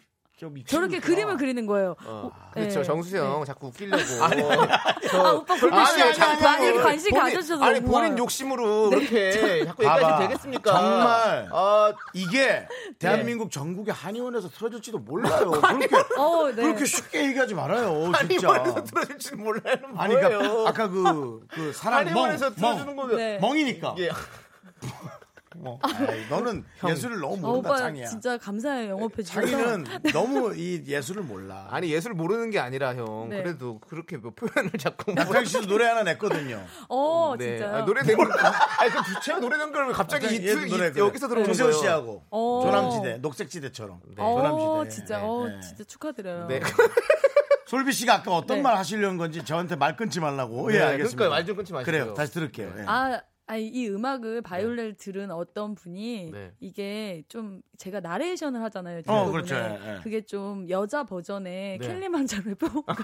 저렇게 그림을 그리는 거예요. 어, 어, 그렇죠. 네. 정수영 자꾸 웃기려고. 아니, 아니, 아니. 저- 아, 오빠 아니, 그거 아니, 진짜 아니, 많이 아니, 관심 본인- 가져주셔서 아니 너무 본인 고마워요. 욕심으로 네. 그렇게 자꾸 얘기하시면 봐봐. 되겠습니까? 정말 아, [laughs] 이게 대한민국 전국의 한의원에서 틀어질지도 [laughs] 몰라요. 그렇게 어, 네. 그렇게 쉽게 얘기하지 말아요. 진짜. 한의원에서 틀어질지 몰라요. 아니 그러니까 아까 그, 그 사람 멍, 한의원에서 틀어주는 멍, 거면- 네. 멍이니까. 예. 뭐, [laughs] 아이, 너는 예술을 너무 아, 모른다 오빠 창이야. 진짜 네. 감사해요. 영업해 주셔서. [laughs] 자기는 너무 이 예술을 몰라. 아니 예술 모르는 게 아니라 형 네. 그래도 그렇게 뭐 표현을 자꾸 박상 씨도 노래 하나 냈거든요. 어, 음, 네. 진짜요? 아, 노래 낸 걸. 아니 그 부채 노래 낸 걸 왜 갑자기 아까 이, 얘 트- 이- 노래 그래. 여기서 들어오는 조세호 거예요. 씨하고 어. 조남지대, 녹색지대처럼. 네, 어, 조남지대. 진짜, 어, 진짜 축하드려요. 네. 솔비 씨가 아까 어떤 네. 말 하시려는 건지 저한테 말 끊지 말라고. 네, 예, 알겠습니다. 그러니까요. 말좀 네. 끊지 마시고요. 그래요. 다시 들을게요. 예. 아, 아니, 이 음악을 바이올렛 들은 어떤 분이 네. 이게 좀 제가 나레이션을 하잖아요. 어, 뒷부분에. 그렇죠. 예, 예. 그게 좀 여자 버전의 네. 캘리만자로 뽑은 [laughs] 것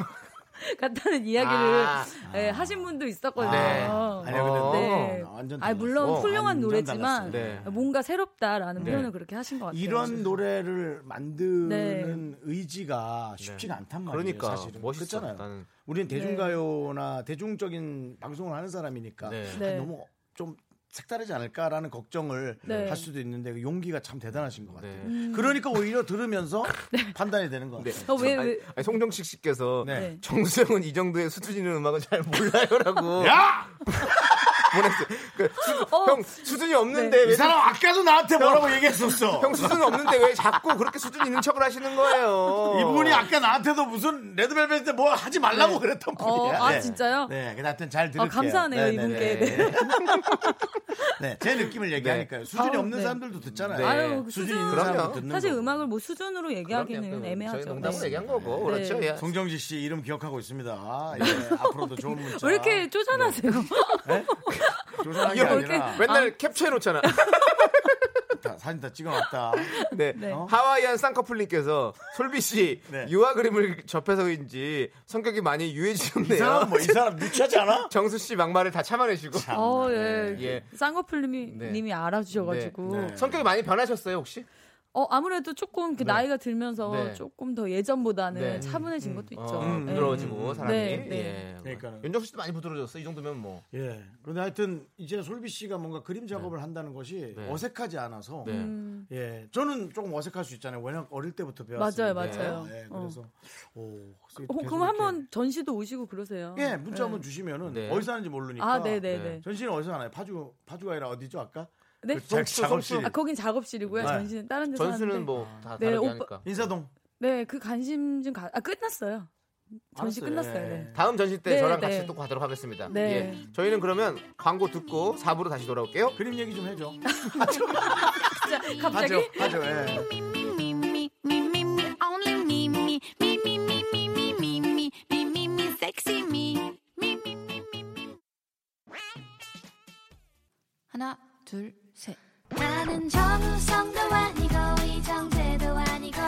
같다는 이야기를 아. 예, 하신 분도 있었거든요. 네. 아니요, 근데 네. 너무 완전 아니, 물론 달랐어. 훌륭한 완전 노래지만 달랐어요. 네. 뭔가 새롭다라는 네. 표현을 그렇게 하신 것 같아요. 이런 노래를 네. 만드는 의지가 쉽지가 않단 말이에요. 네. 그러니까. 사실은. 멋있어, 그렇잖아요. 나는. 우리는 네. 대중가요나 대중적인 방송을 하는 사람이니까 네. 아니, 네. 너무 좀 색다르지 않을까라는 걱정을 네. 할 수도 있는데 그 용기가 참 대단하신 것 같아요. 음. 그러니까 오히려 들으면서 네. 판단이 되는 것 같아요. 어, 저- 아니, 아니, 송정식 씨께서 네. 정수영은 이 정도의 수준이는 음악은 잘 몰라요라고. 야! 보냈어요. 그 수- 형 수준이 없는데 네. 왜 이 사람 자- 아까도 나한테 뭐라고 형, 얘기했었어. 형 수준 없는데 왜 자꾸 그렇게 수준 있는 척을 하시는 거예요? 이분이 아까 나한테도 무슨 레드벨벳 때 뭐 하지 말라고 네. 그랬던 어, 분이야. 아, 진짜요? 네, 근데 하여튼 잘 들을게요. 아, 감사하네요, [laughs] 네, 네, 이분께. 네. 네, 제 느낌을 얘기하니까요. 수준이 아우, 없는 네. 사람들도 듣잖아요. 아유, 그 수준 수준 있는 사람도 듣는 사실 거. 음악을 뭐 수준으로 얘기하기는 애매하죠. 네. 네. 그렇죠? 송정지 씨 이름 기억하고 있습니다. 예, [laughs] 앞으로도 좋은 문자. 네. 왜 이렇게 쪼잔하세요? 조선한 게 이렇게 아니라 [laughs] 맨날 캡처해놓잖아. 다, 사진 다 찍어놨다. 네. 네. 하와이안 쌍꺼풀님께서 솔비 씨 유아 그림을 접해서인지 성격이 많이 유해지셨네요. 이 사람 뭐, 이 사람 유치하지 않아? 네. 정수 씨 막말을 다 참아내시고. 어, 예. 예. [laughs] 쌍꺼풀님이 네. 님이 알아주셔가지고. 네. 네. 성격이 많이 변하셨어요 혹시? 어 아무래도 조금 그 나이가 들면서 네. 조금 더 예전보다는 네. 음. 차분해진 것도 있죠. 어, 네. 부드러워지고 사람이. 네, 네. 예. 그러니까 윤정수 씨도 많이 부드러워졌어. 이 정도면 뭐. 예. 그런데 하여튼 이제 솔비 씨가 뭔가 그림 작업을 네. 한다는 것이 어색하지 않아서 네. 음. 예. 저는 조금 어색할 수 있잖아요. 왜냐 면 어릴 때부터 맞아요, 배웠어요. 맞아요. 예. 어. 그래서 오. 어, 그럼 한번 전시도 오시고 그러세요. 예, 문자 네. 한번 주시면은 네. 어디서 하는지 모르니까. 아, 네, 네, 네. 전시는 어디서 하나요? 파주 파주가 아니라 어디죠 아까? 네? 그 동- 작업실. 아, 거긴 작업실이고요. 네. 전시는 다른 데서 하는데. 뭐 다 네, 다르게 오빠- 하니까. 인사동. 네, 그 관심 좀 가. 아 끝났어요. 전시 끝났어요. 예. 예. 네. 다음 전시 때 네, 저랑 네. 같이 또 가도록 하겠습니다. 네. 예. 저희는 그러면 광고 듣고 4부로 다시 돌아올게요. 그림 얘기 [laughs] 좀 해줘. 갑자기? 하죠, 하죠. 예. me, me, me, me, me, only me, me, me, me, me, me, me, me, me, me, me, me, sexy me. 하나, 둘, 셋. 나는 정우성도 아니고 이정재도 아니고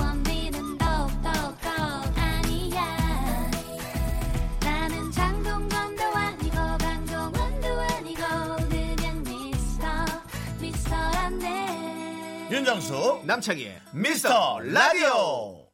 원빈은 더욱더 아니야 나는 장동건도 아니고 강동원도 아니고 그냥 미스터 미스터란데 윤정수 남창희의 미스터 라디오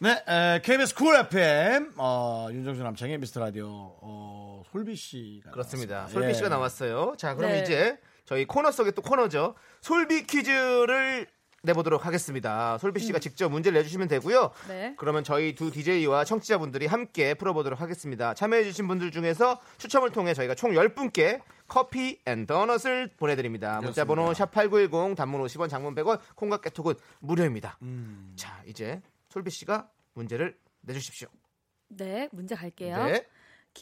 네 에, KBS 쿨 FM 어, 윤정수 남창희의 미스터 라디오 어, 솔비 씨가 그렇습니다. 나왔습니다. 솔비 예. 씨가 나왔어요. 자, 그럼 네. 이제 저희 코너 속의 또 코너죠. 솔비 퀴즈를 내보도록 하겠습니다. 솔비 씨가 직접 문제를 내주시면 되고요. 음. 네. 그러면 저희 두 DJ와 청취자분들이 함께 풀어보도록 하겠습니다. 참여해주신 분들 중에서 추첨을 통해 저희가 총 10분께 커피 앤 도넛을 보내드립니다. 문자번호 샵8910 단문 50원 장문 100원 콩과 깨톡은 무료입니다. 음. 자, 이제 솔비 씨가 문제를 내주십시오. 네, 문제 갈게요. 네.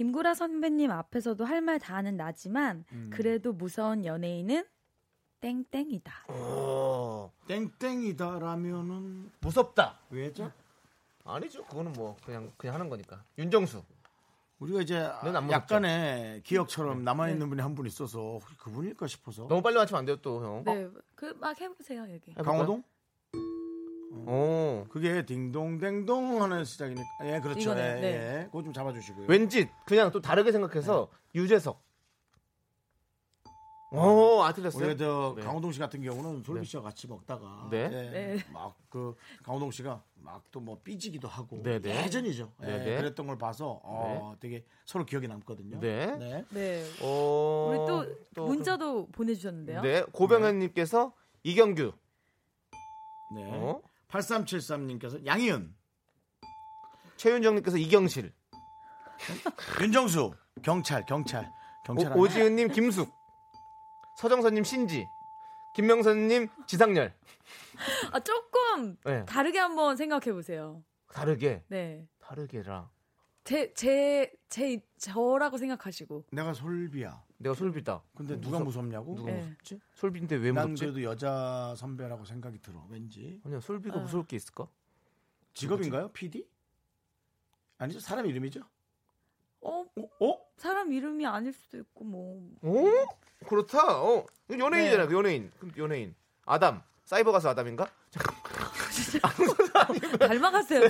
김구라 선배님 앞에서도 할 말 다 하는 나지만 음. 그래도 무서운 연예인은 땡땡이다. 어. 땡땡이다라면은 음. 무섭다. 왜죠? 아니죠. 그거는 뭐 그냥 그냥 하는 거니까. 윤정수. 우리가 이제 넌안 무섭죠? 약간의 기억처럼 남아있는 분이 한 분 있어서 혹시 그분일까 싶어서 너무 빨리 맞추면 안 돼요, 또 형. 네, 그 막 해보세요 여기. 어? 강호동? 어. 그게 딩동댕동 하는 시작이니까 예 그렇죠 이거네, 예, 네. 예. 그거 좀 잡아주시고요 네. 왠지 그냥 또 다르게 생각해서 유재석. 어, 아, 틀렸어요? 우리 저 네. 강호동 씨 같은 경우는 솔비 네. 씨와 같이 먹다가 네. 예, 네. 막그 강호동 씨가 막 또 뭐 삐지기도 하고 네, 네. 예전이죠. 예, 네, 네. 그랬던 걸 봐서 어, 되게 서로 기억이 남거든요. 네. 네. 어, 우리 또, 문자도 보내주셨는데요. 네, 고병현님께서 이경규. 네. 어? 8373님께서 양희은. 최윤정님께서 이경실. 윤정수. 경찰, 경찰. 경찰. 어, 오, 지은님 김숙. 서정선님 신지. 김명선님 지상렬. 아, 조금 네. 다르게 한번 생각해 보세요. 다르게. 네. 다르게라. 제, 제, 제, 저라고 생각하시고. 내가 솔비야. 내가 솔비다. 근데 누가 무섭냐고? 누가 네. 무섭지? 솔비인데 왜 난 무섭지? 그래도 여자 선배라고 생각이 들어. 왠지. 아니야, 솔비가 무서울 게 있을까? 직업인가요? PD? 아니죠. 사람 이름이죠? 어? 어? 사람 이름이 아닐 수도 있고, 뭐. 오? 어? 그렇다. 어. 연예인이잖아. 네. 그 연예인. 그럼 연예인. 아담. 사이버 가수 아담인가? [laughs] 닮아갔어요.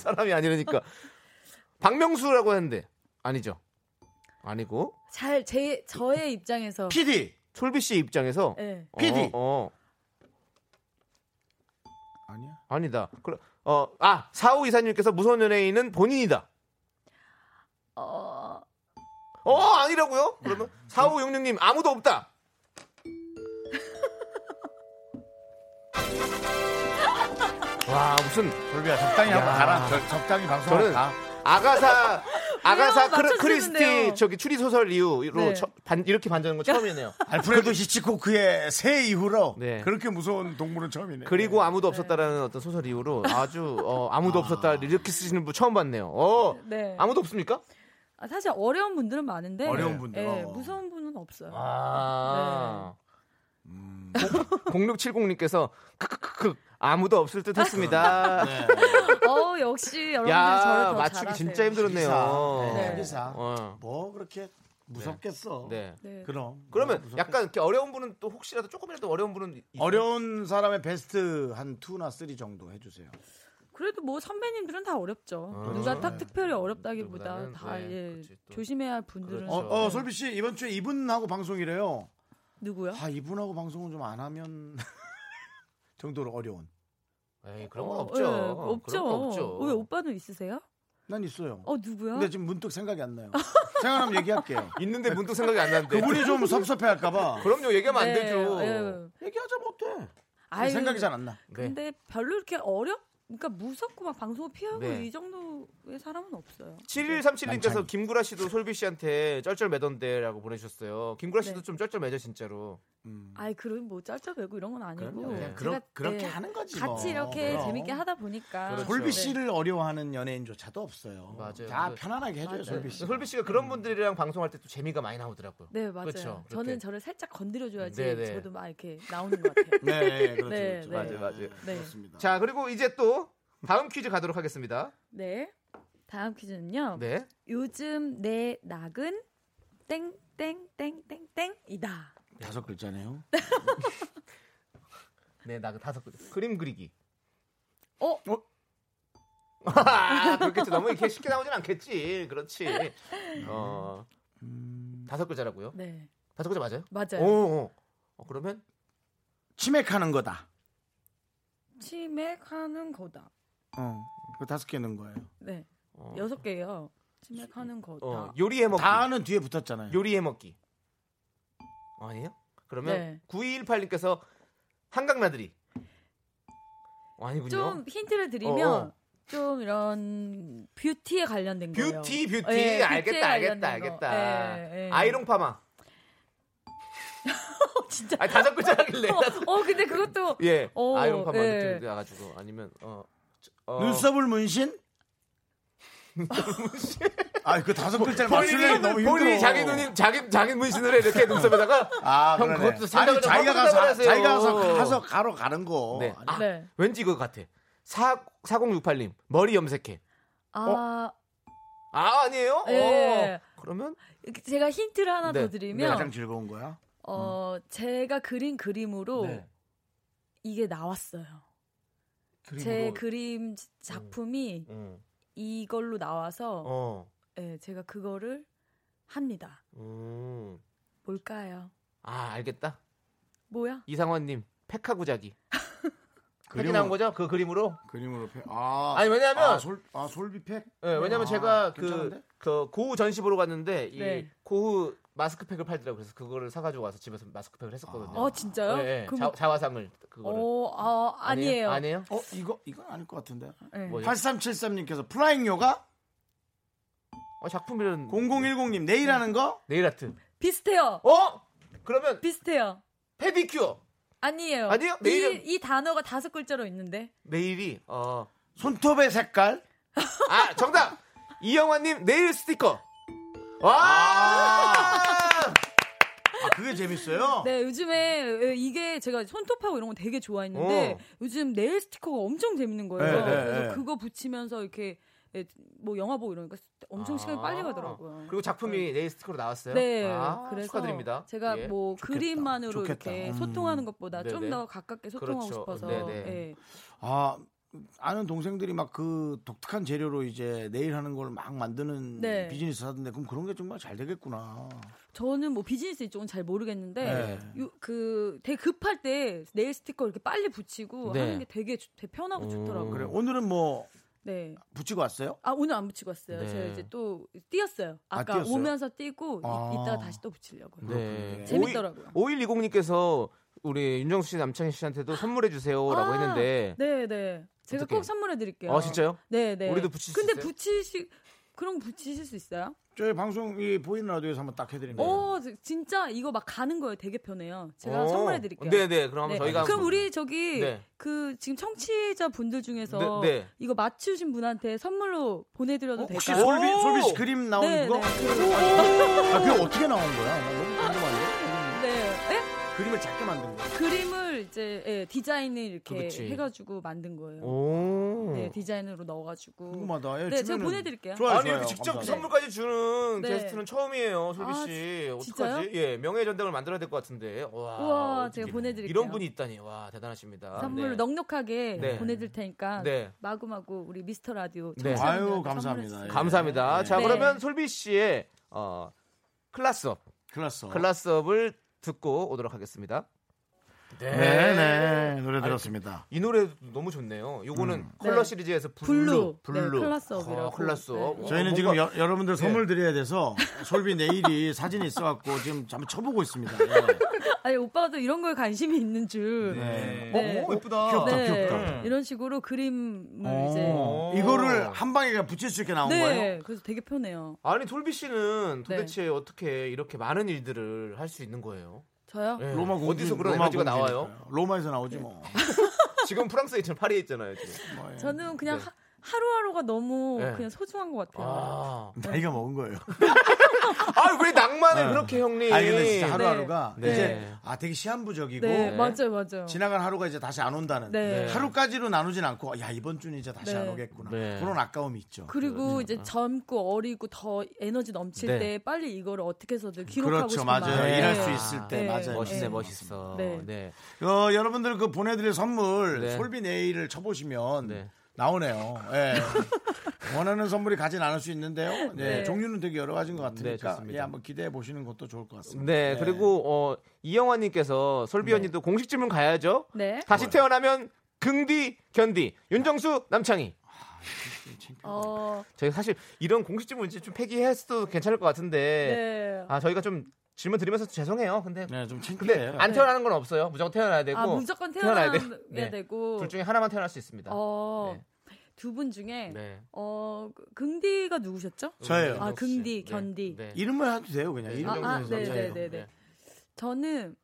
사람이 아니라니까. 박명수라고 하는데 아니죠. 아니고. 잘, 제, 저의 입장에서. PD. 솔비 씨 입장에서 네. 어, PD. 어. 아니야. 아니다. 그래. 어, 아, 45 이사님께서 무서운 연예인은 본인이다. 어, 어, 아니라고요? 그러면 4566님 아무도 없다. 와, 무슨 솔비야 적당히 하고 야. 가라. 적- 적당히 방송하고 아, 저는 가. [laughs] 아가사 아가사 왜요? 크리- 크리스티 맞춰주는데요. 저기 추리 소설 이후로 네. 처- 반- 이렇게 반전한 건 처음이네요. 알프레도 히치코크의 새 이후로 네. 그렇게 무서운 동물은 처음이네. 그리고 아무도 없었다라는 어떤 소설 이후로 아주 어, 아무도 없었다 이렇게 쓰시는 분 처음 봤네요. 어, 네. 아무도 없습니까? 아, 사실 어려운 분들은 많은데. 어려운 분들, 예, 어. 무서운 분은 없어요. 아. 0670님께서 크크크크 아무도 없을 듯 [laughs] 했습니다. [laughs] 네. 어, 역시 네. 여러분들 저를 야, 더 맞추기 잘하세요. 진짜 힘들었네요. 기사. 네. 기사. 어. 뭐 그렇게 무섭겠어. 네. 그럼 뭐 그러면 약간 이렇게 어려운 분은 또 혹시라도 조금이라도 어려운 분은 어려운 사람의 베스트 한 2나 3 정도 해주세요. 그래도 뭐 선배님들은 다 어렵죠. 어, 누가 그렇죠. 네. 딱 특별히 어렵다기보다 그거보다는, 다 네, 예, 조심해야 할 분들은 그렇죠. 어, 네. 어, 솔비 씨 이번 주에 이분하고 방송이래요. 누구요? 아 이분하고 방송은 좀 안 하면 [laughs] 정도로 어려운. 에이 그런 건 어, 없죠. 예, 없죠. 그런 거 없죠. 왜 오빠는 있으세요? 난 있어요. 어 누구요? 근데 지금 문득 생각이 안 나요. 생각하면 [laughs] 얘기할게요. 있는데 문득 생각이 안 나는데. 그분이 좀 섭섭해할까봐. 그럼요, 얘기하면 안 네, 되죠. 예. 얘기하자 못해. 아유, 생각이 잘 안 나. 네. 근데 별로 이렇게 어렵, 그러니까 무섭고 막 방송 피하고 네. 이 정도의 사람은 없어요. 7137님께서 김구라 씨도 솔비 씨한테 쩔쩔 매던데라고 보내주셨어요. 김구라 씨도 네. 좀 쩔쩔 매죠 진짜로. 음. 아이 그런 뭐 짤짤매고 이런 건 아니고 그럼요. 그냥 제가, 그러- 그렇게 예, 하는 거지 그렇죠. 같이 뭐. 이렇게 그럼. 재밌게 하다 보니까 솔비 네. 씨를 어려워하는 연예인조차도 없어요. 맞아요. 다 그- 편안하게 해줘요, 맞아요. 솔비 음. 씨. 솔비 씨가 그런 분들이랑 방송할 때 또 재미가 많이 나오더라고요. 네 맞아요. 그렇죠. 저는 그렇게. 저를 살짝 건드려줘야지 네, 네. 저도 막 이렇게 나오는 것 같아요. [laughs] 그렇죠, 네, 네. 맞아요, 맞아요. 네. 자 그리고 이제 또 다음 퀴즈 가도록 하겠습니다. 네. 다음 퀴즈는요. 네. 요즘 내 낙은 땡땡땡땡땡땡이다. 다섯 글자네요. 네, 나그 다섯 글자. 그림 그리기. 어? [laughs] 아, 그렇겠지. 너무 이렇게 쉽게 나오진 않겠지. 그렇지. 어. 다섯 글자라고요? 네. 다섯 글자 맞아요? 맞아요. 오, 오. 어, 그러면 치맥하는 거다. 치맥하는 거다. 어, 그 다섯 개 넣은 거예요. 네. 여섯 개요. 치맥하는 거다. 어, 요리해 먹기. 다는 뒤에 붙었잖아요. 요리해 먹기. 어, 아니에요? 그러면 네. 9218님께서 한강 나들이. 어, 아니군요. 좀 힌트를 드리면 어, 어. 좀 이런 뷰티에 관련된 거예요. 뷰티 뷰티 예, 뷰티에 알겠다 관련된 알겠다 거. 알겠다. 예, 예. 아이롱 파마. 진짜. 아 다섯 [laughs] 글자길래. 어, 어, 근데 그것도 예. 어, 아이롱 파마 예. 느낌 나가지고 아니면 어, 저- 어. 눈썹을 문신? 아, 그 다섯 글자를 뭐 본인이- 맞추려니 너무 힘들어. 본인이 자기 눈이 자기 자기 문신을 해, 이렇게 눈썹에다가 아, 형 그러네. 그것도 생각을 아니, 좀 자기가 하고 생각을 가서 하세요. 자기가 가서 가서 가로 가는 거. 네. [laughs] 아, 네. 왠지 그거 같아. 4 4068님 머리 염색해. 어, 아, 아 아니에요? 예. 어. 그러면 제가 힌트를 하나 네, 음. 더 드리면 가장 즐거운 거야. 어, 제가 그린 그림으로 네. 이게 나왔어요. 제 그림으로. 그림 지- 작품이 음. 이걸로 나와서 어. 예, 제가 그거를 합니다. 음. 뭘까요? 아 알겠다. 뭐야? 이상원님 팩하고 자기. 그림 그림으로- 나온 거죠? 그 그림으로? 그림으로 팩. 아. 아니, 왜냐면- 아, 솔, 아 솔비팩? 네, 왜냐면 아, 제가 괜찮은데? 그, 그 고흐 전시 보러 갔는데 이 네. 고흐 마스크팩을 팔더라고 요 그래서 그거를 사가지고 와서 집에서 마스크팩을 했었거든요. 아, 진짜요? 네, 네. 그럼- 자, 자화상을 그거를. 어, 아, 아니에요. 아니에요? 어, 이거 이건 아닐 것 같은데. 네. 뭐예요? 8373님께서 프라잉 요가? 어, 작품 이름 0010님 내일 하는 거? 네일 아트. 비슷해요. 어? 그러면 비슷해요. 페디큐어. 아니에요. 아니요? 이, 내일은- 이 단어가 다섯 글자로 있는데. 네일이 어 손톱의 색깔? 아 정답 [laughs] 이영환님 네일 스티커. 와 아, 그게 재밌어요. 네, 요즘에 이게 제가 손톱하고 이런 거 되게 좋아했는데 어. 요즘 네일 스티커가 엄청 재밌는 거예요. 네, 네, 그래서 네. 그거 붙이면서 이렇게 예, 뭐 영화 보고 이러니까 엄청 시간이 빨리 가더라고요. 아. 그리고 작품이 네일 스티커로 나왔어요. 네, 아, 그래서 축하드립니다. 제가 예. 뭐 그림만으로 좋겠다. 이렇게 음. 소통하는 것보다 좀 네네. 더 가깝게 소통하고 그렇죠. 싶어서 네네. 예. 아, 아는 동생들이 막 그 독특한 재료로 이제 네일 하는 걸 막 만드는 네. 비즈니스 하던데 그럼 그런 게 정말 잘 되겠구나. 저는 뭐 비즈니스 쪽은 잘 모르겠는데 네. 요- 그 되게 급할 때 네일 스티커 이렇게 빨리 붙이고 네. 하는 게 되게, 좋- 되게 편하고 좋더라고요. 그래. 오늘은 뭐 네. 붙이고 왔어요? 아 오늘 안 붙이고 왔어요. 네. 제가 이제 또 뛰었어요. 아, 아까 뛰었어요? 오면서 뛰고 이- 아. 이따가 다시 또 붙이려고요. 네. 재밌더라고요. 5120님께서 우리 윤정수 씨, 남창희 씨한테도 선물해 주세요라고 아, 했는데 네, 네. 제가 어떡해? 꼭 선물해 드릴게요. 어, 진짜요? 네, 네. 우리도 붙일 수 근데 있어요? 붙이시 그럼 붙이실 수 있어요? 저희 방송 이 보이는 라디오에서 한번 딱 네. 해드립니다. 오, 저- 진짜 이거 막 가는 거예요. 되게 편해요. 제가 오. 선물해 드릴게요. 네, 네. 그럼 한번 저희가 그럼 한번- 우리 저기 네. 그 지금 청취자 분들 중에서 네, 네. 이거 맞추신 분한테 선물로 보내드려도 어, 혹시 될까요? 솔비, 솔비 씨 그림 나오는 네, 거? 네. 아, 그게 어떻게 나온 거야? 나 너무 궁금한데. 네. 네? 그림을 작게 만든 거야. 그림을 이제 예, 디자인을 이렇게 그치. 해가지고 만든 거예요. [laughs] 오. 네 디자인으로 넣어가지고. 궁금하다. 예, 네 제가 주면은 보내드릴게요. 좋아요, 그 아니 이렇게 직접 선물까지 주는 네. 게스트는 처음이에요, 소비 아, 씨. 지- 어떡하지? 진짜요? 예, 명예 전당을 만들어야 될 것 같은데. 와. 우와 어떡해. 제가 보내드릴게요. 이런 분이 있다니. 와, 대단하십니다. 선물로 네. 넉넉하게 네. 보내드릴 테니까 네. 마구마구 우리 미스터 라디오 네. 청취자분들한테 아유, 감사합니다. 선물해주세요. 예. 감사합니다. 자, 네. 그러면 솔비 씨의 어 클라스업. 예, 클라스업. 클라스업을 듣고 오도록 하겠습니다. 네, 네, 노래 들었습니다. 이 노래 너무 좋네요. 요거는 음. 컬러 네. 시리즈에서 블루. 블루, 네, 클라스업이라고. 아, 클라스업. 네. 어, 저희는 뭔가- 지금 여, 러분들 선물 드려야 돼서 솔비 내일이 사진이 있어갖고 지금 잠깐 쳐보고 있습니다. 예. 아니 오빠가 또 이런 거에 관심이 있는 줄. 네. 네. 어, 예쁘다. 아, 귀엽다, 귀엽다. 이런 식으로 그림을 음, 이제. 어, 이거를 한 방에 그냥 붙일 수 있게 나온 네. 거예요? 그래서 되게 편해요. 아니 돌비 씨는 네. 도대체 어떻게 이렇게 많은 일들을 할 수 있는 거예요? 저요? 예. 로마 공주 어디서 그런 에너지가 나와요? 로마에서 나오지 뭐. 네. [laughs] 예. 지금 프랑스에 있잖아요. 파리에 있잖아요. 지금. 저는 그냥 하, 하루하루가 너무 네. 그냥 소중한 것 같아요. 아, 나이가 먹은 거예요. 아 왜 낭만을 네. 그렇게 형님? 아니 근데 진짜 하루하루가 예. 네. 네. 이제 아 되게 시한부적이고 네, 맞아요, 맞아요. 지나간 하루가 이제 다시 안 온다는 네. 하루까지로 나누진 않고 야 이번 주는 이제 다시 네. 안 오겠구나 네. 그런 아까움이 있죠. 그리고 이제 젊고 어리고 더 에너지 넘칠 네. 때 빨리 이거를 어떻게 해서든 기록하고 그렇죠, 싶은 맞아요. 마음. 일할 네. 수 있을 때 네. 맞아요. 멋있네, 멋있어. 네. 네. 어, 여러분들 그 보내드릴 선물 네. 솔비 네일을 쳐보시면 나오네요. [laughs] 예. 원하는 선물이 가진 않을 수 있는데요. 네, 네. 종류는 되게 여러 가지인 것 네, 같으니까 좋습니다. 예, 한번 기대해 보시는 것도 좋을 것 같습니다. 네, 그리고 어, 이영환님께서 네. 솔비 언니도 공식 질문 가야죠. 네. 다시 태어나면 긍디 견디 윤정수 남창희. 어, 저희 사실 이런 공식 질문 이제 좀 폐기했어도 괜찮을 것 같은데 네. 아 저희가 좀 질문 드리면서 죄송해요. 근데 네, 좀 근데 안 태어나는 건 없어요. 무조건 태어나야 되고 아, 무조건 태어나야 태어나야 네. 되고. 둘 중에 하나만 태어날 수 있습니다. 어, 두 분 중에 네. 어 그- 긍디가 누구셨죠? 저예요. 아 긍디 네. 견디. 이름만 해도 돼요, 네, 그냥. 이름 아, 아, 정도는 괜찮아요. 네네네네. 저는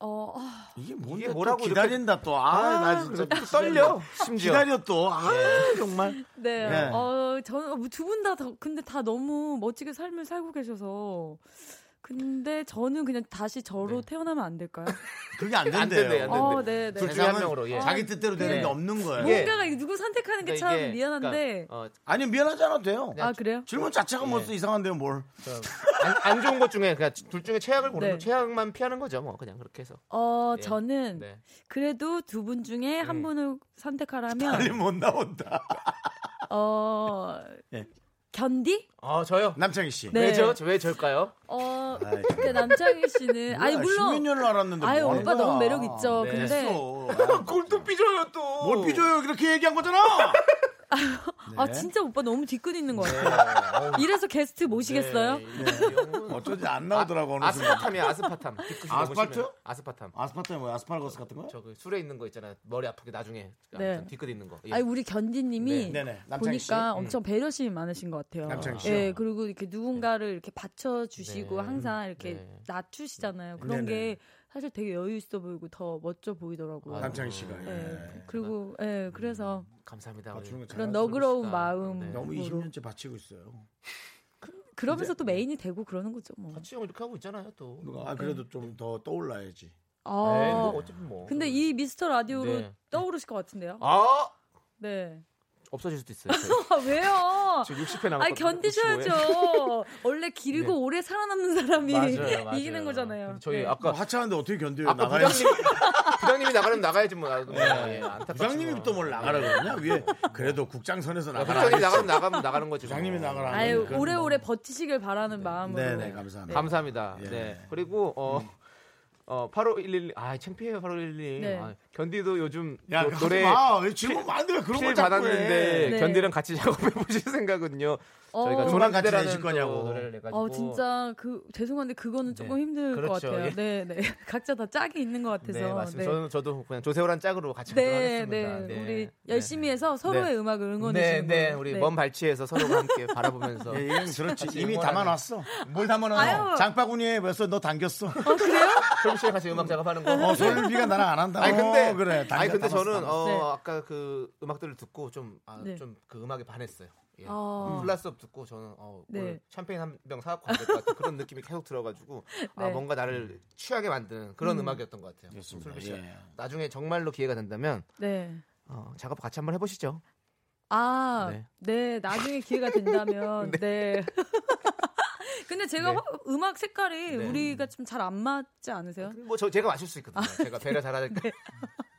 어, 아, 이게 뭔데 이게 뭐라고 뭐라고 또 기다린다 또. 아, 아, 네. 나 진짜 그래, 또 떨려, 심지어. 기다려 또. 아, 정말. 네. 네. 어 저는 두 분 다 근데 다 너무 멋지게 삶을 살고 계셔서 근데 저는 그냥 다시 저로 태어나면 안 될까요? 그게 안 된대요. 안 된대, 안 된대. 어, 네, 네. 둘 중에 한 세상은 명으로 예. 네. 자기 뜻대로 되는 게 없는 거예요. 뭔가가 이거 누구 선택하는 게 참 그러니까 이게- 미안한데. 그러니까, 어, 아니, 미안하지 않아도 돼요. 네. 아 그래요? 질문 자체가 뭐또 이상한데요, 뭘. 안, 안 좋은 것 중에 그냥 둘 중에 최악을 네. 고르면 최악만 피하는 거죠. 뭐 그냥 그렇게 해서. 어 예. 저는 네. 그래도 두 분 중에 한 네. 분을 선택하라면 못 나온다. 어 예. 견디? 아 저요? 남창희 씨. 네. 왜죠? 왜 절까요? 어, 아이, 근데 남창희 씨는 네, 아니 물론 10년을 알았는데 아유, 뭐 하는 오빠 거야. 너무 매력 있죠. 네. [laughs] 근데 됐어. 골또 삐져요 또. 뭘 삐져요? 이렇게 얘기한 거잖아. 아 네. 진짜 오빠 너무 뒤끝 있는 것 같아요. 이래서 게스트 네. 모시겠어요? [laughs] 어쩐지 안 나오더라고 어느 순간. 아스파탐이야 아스파탐. 아스팔트? 아스파탐. 아스팔트에 뭐야? 아스팔거스 같은 거야? 저그 술에 있는 거 있잖아요. 머리 아프게 나중에 네. 아무튼 뒤끝 있는 거. 예. 아니 우리 견디님이 네. 네네. 남창희 씨. 보니까 음. 엄청 배려심이 많으신 것 같아요. 남창희 씨요? 예, 그리고 이렇게 누군가를 이렇게 받쳐주시고 네. 항상 이렇게 낮추시잖아요. 그런 네네. 게 사실 되게 여유 있어 보이고 더 멋져 보이더라고요. 아, 남창희 씨가, 예. 네. 예. 그리고 예, 그래서 음, 감사합니다. 맞추는 거 그런 잘하시는 너그러운 씨다. 마음. 네. 너무 으로. 20년째 바치고 있어요. 그러면서 네. 또 메인이 되고 그러는 거죠. 뭐. 같이 형 이렇게 하고 있잖아요 또. 누가 아 그래도 좀 더 떠올라야지. 아. 에이, 뭐 어차피 뭐. 근데 이 미스터 라디오로 네. 떠오르실 것 같은데요? 아 네. 아, 없어질 수도 있어요. 저희. 왜요? 저 60회 남았거든요. 아니 견디셔야죠. [laughs] 원래 길고 네. 오래 살아남는 사람이 맞아요, [laughs] 맞아요. 이기는 거잖아요. 저희 네. 그러니까 아까 뭐 하차하는데 어떻게 견뎌요? 아까 나가야 부장님이 [laughs] 부장님이 나가려면 나가야지 뭐. 아, 예, 안타깝지만. 부장님이 또 뭘 나가라 그러냐? 위에 그래도 국장선에서 나가라. 아, 부장님이 그랬어. 나가면 나가면 나가는 거지. 뭐. 부장님이 나가라. 아유 그건 오래오래 버티시길 바라는 마음으로. 네네 감사합니다. 감사합니다. 예. 네. 그리고 어. 음. 어, 85111, 아, 창피해요, 85111. 네. 아, 견디도 요즘 야, 노- 하지 노래. 마. 왜 질문 많은데 왜 그런 필 걸 자꾸 받았는데 해. 네. 견디랑 같이 [laughs] 작업해보실 생각은요. 어. 저희가 음반 같이 조남지대라는 내실 또 거냐고. 노래를 내가지고. 어 진짜 그 죄송한데 그거는 조금 힘들 것 그렇죠. 같아요. 예. 네, [laughs] 네. 각자 다 짝이 있는 것 같아서. 네, 맞습니다. 저는, 저도 그냥 조세호란 짝으로 같이 하도록 네, 하겠습니다. 네. 우리 열심히 해서 서로의 네. 음악을 응원해 네, 주는 네. 걸로. 우리 네. 먼 발치에서 [laughs] 서로가 함께 바라보면서. [laughs] 예, [laughs] 얘는 그렇지. 같이 이미 응원하는- 담아놨어. 뭘 담아놨어? 아유. 장바구니에 벌써 [laughs] 너 당겼어. 조금 씨랑 같이 음악 작업하는 거. 어, 솔비가 나랑 안 한다. 아니 근데 어, 그래. 아니 근데 담았어, 저는 어, 담았어. 네. 아까 그 음악들을 듣고 네. 좀좀그 음악에 반했어요. 예. 아. 플라스업 듣고 저는 어, 네. 오늘 샴페인 한 병 사갖고 가야 될것 같은 그런 느낌이 [laughs] 계속 들어가지고 아, 네. 뭔가 나를 취하게 만든 그런 음. 음. 악이었던것 같아요. 좋습니다. 솔비 씨가 예. 나중에 정말로 기회가 된다면 네. 어, 작업 같이 한번 해보시죠. 아, 네. 네. 나중에 [laughs] 기회가 된다면, 네. [laughs] 근데 제가 네. 화- 음악 색깔이 네. 우리가 좀 잘 안 맞지 않으세요? 뭐 저 제가 맞출 수 아, 있거든요. 제가 배려 잘하니까. [laughs]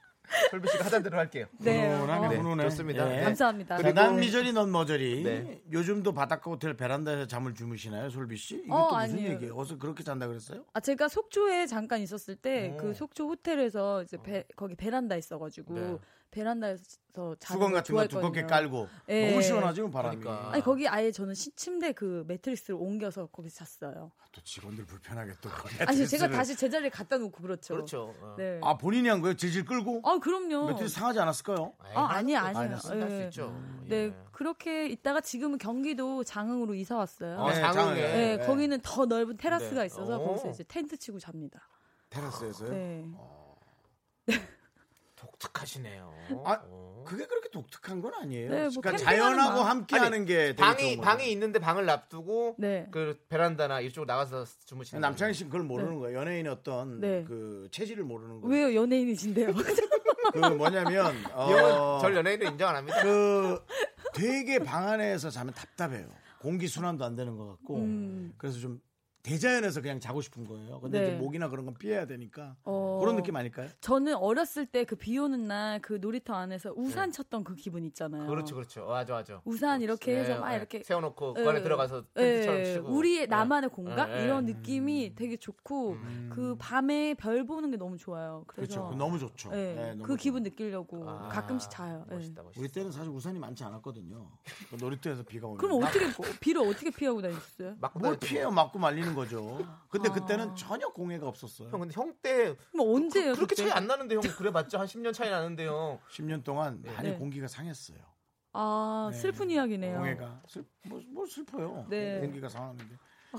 솔비 씨가 하던 대로 할게요. 네. 훈훈하네, 어. 훈훈해. 좋습니다. 예. 네. 감사합니다. 자, 그리고- 난 미저리 넌 머저리. 네. 요즘도 바닷가 호텔 베란다에서 잠을 주무시나요, 솔비 씨? 이게 어, 또 무슨 아니에요. 얘기예요? 어서 그렇게 잔다 그랬어요? 아, 제가 속초에 잠깐 있었을 때, 오. 그 속초 호텔에서 이제 배- 거기 베란다 있어가지고, 어. 네. 베란다에서 자는 수건 걸 같은 거 좋아했거든요. 두껍게 깔고. 예. 너무 시원하지, 그 바람이. 아니, 거기 아예 저는 시- 침대 그 매트리스를 옮겨서 거기서 잤어요. 또 직원들 불편하게 또. 아니, 제가 매트리스를- 다시 제자리에 갖다 놓고 그렇죠. 그렇죠. 어. 네. 아, 본인이 한 거예요? 질질 끌고? 아, 그럼요. 매트리스 상하지 않았을까요? 아, 아니, 아니요. 아니, 할수 예. 있죠. 네, 그렇게 있다가 지금은 경기도 장흥으로 이사 왔어요. 아, 네, 장흥에. 네, 네. 거기는 더 넓은 테라스가 네. 있어서 오. 거기서 이제 텐트 치고 잡니다. 예. 테라스에서요? 아. 네. 독특하시네요. 아, 그게 그렇게 독특한 건 아니에요. 네, 뭐 그러니까 캠핑하는 자연하고 방. 함께하는 아니, 게 되게 방이 좋은 거예요. 방이 있는데 방을 네. 놔두고 네. 그 베란다나 이쪽으로 나가서 주무시는 남창희 씨는 그걸 모르는 거예요. 연예인의 어떤 네. 그 체질을 모르는 거예요. 왜요? [laughs] 연예인이신데요? 그 [laughs] 뭐냐면 어, 이 형은 절 연예인으로 인정 안 합니다. 그 되게 방 안에서 자면 답답해요. 공기 순환도 안 되는 것 같고 음. 그래서 좀 대자연에서 그냥 자고 싶은 거예요. 근데 네. 이제 목이나 그런 건 피해야 되니까 어. 그런 느낌 아닐까요? 저는 어렸을 때 그 비 오는 날 그 놀이터 안에서 우산 쳤던 그 기분 있잖아요. 그렇죠, 그렇죠. 맞아, 맞아. 우산 이렇게 해서 막 네, 이렇게 세워놓고 그 예. 안에 들어가서 예, 텐트처럼 치고. 네. 우리의 나만의 공간 예, 예. 이런 느낌이 되게 좋고 그 밤에 별 보는 게 너무 좋아요. 그래서 그렇죠. 너무 좋죠. 예, 네, 너무 그 좋아요. 기분 느끼려고 가끔씩 자요. 예. 우리 때는 사실 우산이 많지 않았거든요. 그 놀이터에서 비가 오면 그럼 어떻게 뭐, 비를 어떻게 피하고 다니셨어요? 뭘 피해요? 맞고 말리는 거죠. 근데 그때는 전혀 공해가 없었어요. 형 근데 형때 뭐 언제요? 그렇게 그때? 차이 안 나는데 형 그래봤자 한 10년 차이 나는데 형. 10년 동안 많이 네. 공기가 상했어요. 아 네. 슬픈 이야기네요. 공해가 슬, 뭐, 뭐 슬퍼요. 네. 공기가 상하는데.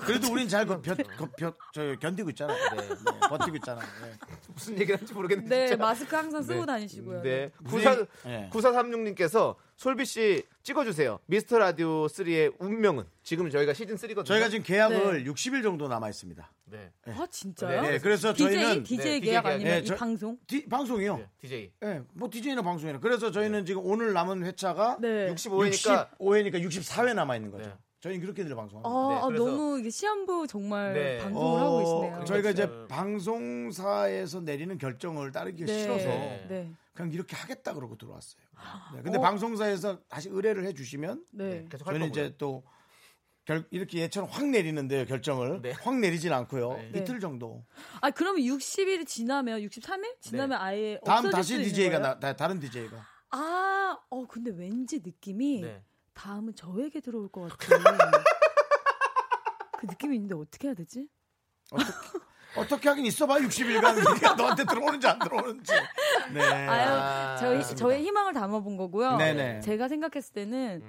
그래도 우린 잘 겉, 겉, 겉, 겉, 저, 견디고 있잖아요. 네, 버티고 있잖아요. [laughs] 네. 무슨 얘기를 하는지 모르겠는데. 네 진짜. 마스크 항상 쓰고 네. 다니시고요. 네. 무슨- 94, 9436님께서 솔비 씨 찍어주세요. 미스터 라디오 3의 운명은 지금 저희가 시즌 3거든요. 저희가 지금 계약을 60일 정도 남아 있습니다. 네. 아 진짜요? 네, 그래서 DJ, 저희는 DJ 계약 아니면 네, 이 저- 방송? 디- 방송이요. DJ. 네, 뭐 DJ나 방송이나. 그래서 저희는 지금 오늘 남은 회차가 네. 65 회니까 네, 65회니까 64회 남아 있는 거죠. 저희는 네, 그렇게 늘 아, 방송합니다. 아, 너무 이게 시한부 정말 네. 방송을 하고 계시네요. 저희가 이제 방송사에서 내리는 결정을 따르기 가 네. 싫어서 네. 그냥 이렇게 하겠다 그러고 들어왔어요. 네, 근데 어. 방송사에서 다시 의뢰를 해주시면 네. 계속 할 저는 거고요. 이제 또 결, 이렇게 예처럼 확 내리는데요 결정을 확 내리진 않고요 네. 이틀 정도 아 그러면 60일이 지나면 63일 네. 지나면 아예 다음 네. 없어질 다시 수도 있는 DJ가 거예요? 나, 다, 다른 DJ가 아, 어 근데 왠지 느낌이 네. 다음은 저에게 들어올 것 [laughs] 같은 그 느낌이 있는데 어떻게 해야 되지? 어떻게 하긴 있어봐 60일간 [laughs] 이게 너한테 들어오는지 안 들어오는지 네 아유, 저희 저의 희망을 담아본 거고요. 네네. 제가 생각했을 때는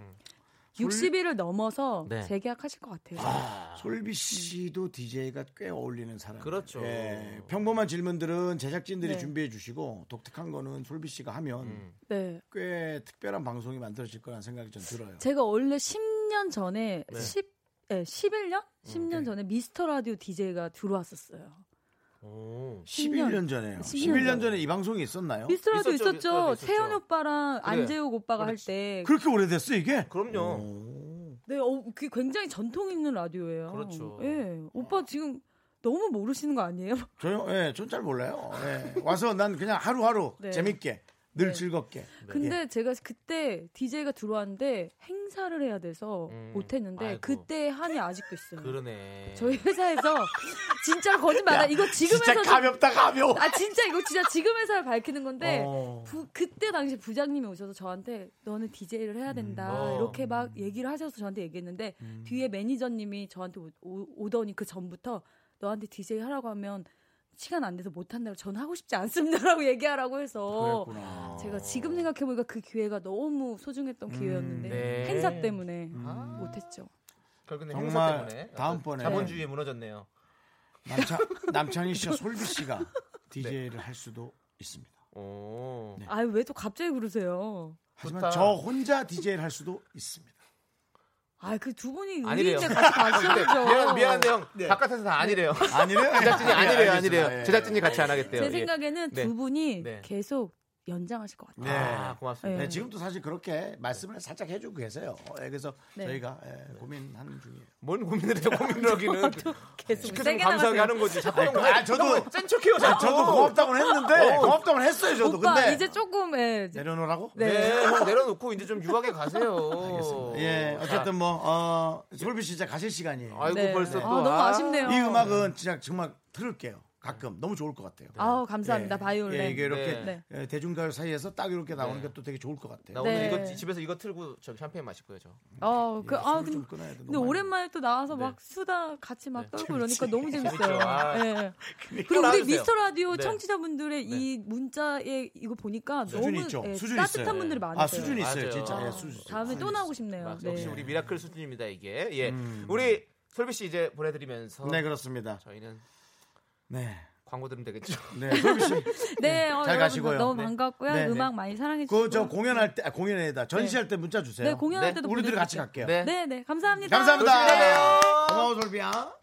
솔- 60일을 넘어서 음. 네. 재계약하실 것 같아요. 솔비 씨도 DJ가 꽤 어울리는 사람. 그렇죠. 예, 평범한 질문들은 제작진들이 네. 준비해 주시고 독특한 거는 솔비 씨가 하면 음. 네. 꽤 특별한 방송이 만들어질 거라는 생각이 좀 들어요. 제가 원래 10년 전에 네. 10 예, 11년? 10년 전에 미스터 라디오 DJ가 들어왔었어요. 11년 전에요. 11년 11년 전에 이 방송이 어? 있었나요? 미스터 라디오 있었죠. 세현 오빠랑 그래. 안재욱 오빠가 할 때. 그렇게 오래됐어 이게? 그럼요. 음. 네, 어, 그게 굉장히 전통 있는 라디오예요. 그렇죠. 예. 오빠 지금 너무 모르시는 거 아니에요? 저요? 예, 전 잘 몰라요. 예. 와서 난 그냥 하루하루 네. 재밌게 늘 즐겁게. [laughs] 근데 예. 제가 그때 DJ가 들어왔는데 행사를 해야 돼서 못했는데 아이고. 그때 한이 아직도 있어요. 그러네. 저희 회사에서 진짜 거짓말 안 해. 야, 이거 지금 진짜 회사 가볍다, 가벼워. 아 네. 진짜 이거 진짜 지금 회사를 밝히는 건데 어. 부- 그때 당시 부장님이 오셔서 저한테 너는 DJ를 해야 된다 어. 음. 이렇게 막 얘기를 하셔서 저한테 얘기했는데 뒤에 매니저님이 저한테 오, 더니그 전부터 너한테 DJ 하라고 하면 시간 안 돼서 못 한다고 전 하고 싶지 않습니다라고 [laughs] 얘기하라고 해서 그랬구나. 제가 지금 생각해보니까 그 기회가 너무 소중했던 기회였는데 네. 행사 때문에 못했죠. 결국은 정말 행사 때문에 어떤 다음번에. 자본주의에 무너졌네요. 남창 남창희 씨와 솔비 [laughs] 네. 씨가 DJ를 할 수도 있습니다. 음. 네. 아유 왜 또 갑자기 그러세요? 하지만 저 혼자 DJ를 할 수도 있습니다. 아그 두 분이 [laughs] 아니래요. 의리인데 같이 가시죠. 미안, 미안한데 형 바깥에서 다 아니래요. 네. 아니래요? [laughs] 제작진이 예, 아니래요, 알겠습니다. 아니래요. 예. 제작진이 같이 안 하겠대요. 제 예. 생각에는 네. 두 분이 네. 계속 연장하실 것 같아요. 네. 아, 고맙습니다. 네, 지금도 사실 그렇게 말씀을 살짝 해주고 계세요. 예, 그래서 네. 저희가 예, 고민하는 중이에요. 뭔 고민을 해요? 고민을 하기는. 계속 시켜주면 감사하게 하는 거지. 뭐 자꾸 아니, 형, 아, 저도 형은 센 척해요, 아, 자꾸. 저도 고맙다고는 했는데 네. 어. 고맙다고는 했어요, 저도. 오빠 근데 이제 조금 예. 내려놓으라고? 네, 형 내려놓고 이제 좀 유학에 가세요. 알겠습니다. 예, 어쨌든 뭐, 어, 솔비 씨 이제 가실 시간이에요. 아이고, 네. 벌써 또. 아, 어, 너무 아쉽네요. 이 음악은 진짜 정말 들을게요. 가끔. 너무 좋을 것 같아요. 아우 감사합니다. 예. 바이올렛. 예, 이게 이렇게 네. 예, 대중가요 사이에서 딱 이렇게 나오는 게 또 되게 좋을 것 같아요. 네. 나 오늘 이거 집에서 이거 틀고 저 샴페인 마실 거예요, 저. 어, 네. 그, 아, 근데, 끊어야 돼, 근데 너무 오랜만에 또 나와서 막 수다 같이 막 떨고 이러니까 너무 재밌어요. 재밌죠. 아. 예. 그러니까 그리고 우리 나와주세요. 미스터 라디오 네. 청취자분들의 이 문자에 이거 보니까 수준이 너무 있죠. 예, 수준이 따뜻한 있어요. 분들이 네. 많으세요. 아, 수준이 있어요, 맞아요. 진짜. 예, 아. 수준. 다음에 또 나오고 싶네요. 네. 역시 우리 미라클 수준입니다 이게. 예. 우리 솔비 씨 이제 보내드리면서. 음. 어. 네, 그렇습니다. 저희는 네. 광고 들으면 되겠죠. 네, 솔비 [laughs] 씨. 네, 어, 잘 여러분 가시고요. 너무 네. 반갑고요. 네, 네. 음악 많이 사랑해 주시고. 그 저 공연할 때 아, 공연에다 전시할 때 문자 주세요. 네, 공연할 때도 우리들이 같이 보내드릴게요. 갈게요. 네, 네, 감사합니다. 감사합니다. 고마워 솔비야.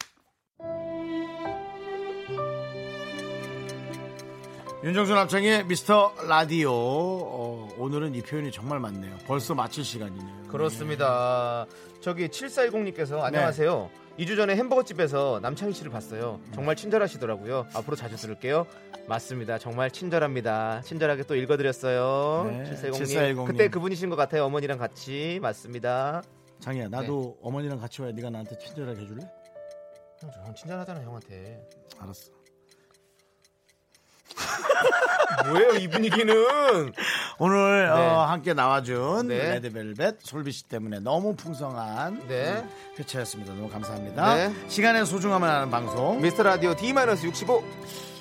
윤정수 남창의 미스터 라디오 어, 오늘은 이 표현이 정말 많네요. 벌써 마칠 시간이네요. 그렇습니다. 저기 7410님께서 안녕하세요. 2주 전에 햄버거 집에서 남창희 씨를 봤어요. 정말 친절하시더라고요. 앞으로 자주 들을게요. 맞습니다. 정말 친절합니다. 친절하게 또 읽어드렸어요. 네, 7410님. 7410 님. 그때 그분이신 것 같아요. 어머니랑 같이. 맞습니다. 장이야 나도 어머니랑 같이 와야 네가 나한테 친절하게 해줄래? 형, 저 형, 친절하잖아 형한테. 알았어. 뭐예요 이 분위기는? 오늘 어, 네. 함께 나와준 네. 레드벨벳 솔비 씨 때문에 너무 풍성한 네. 음, 회차였습니다. 너무 감사합니다. 네. 시간의 소중함을 아는 방송 미스터 라디오 D-65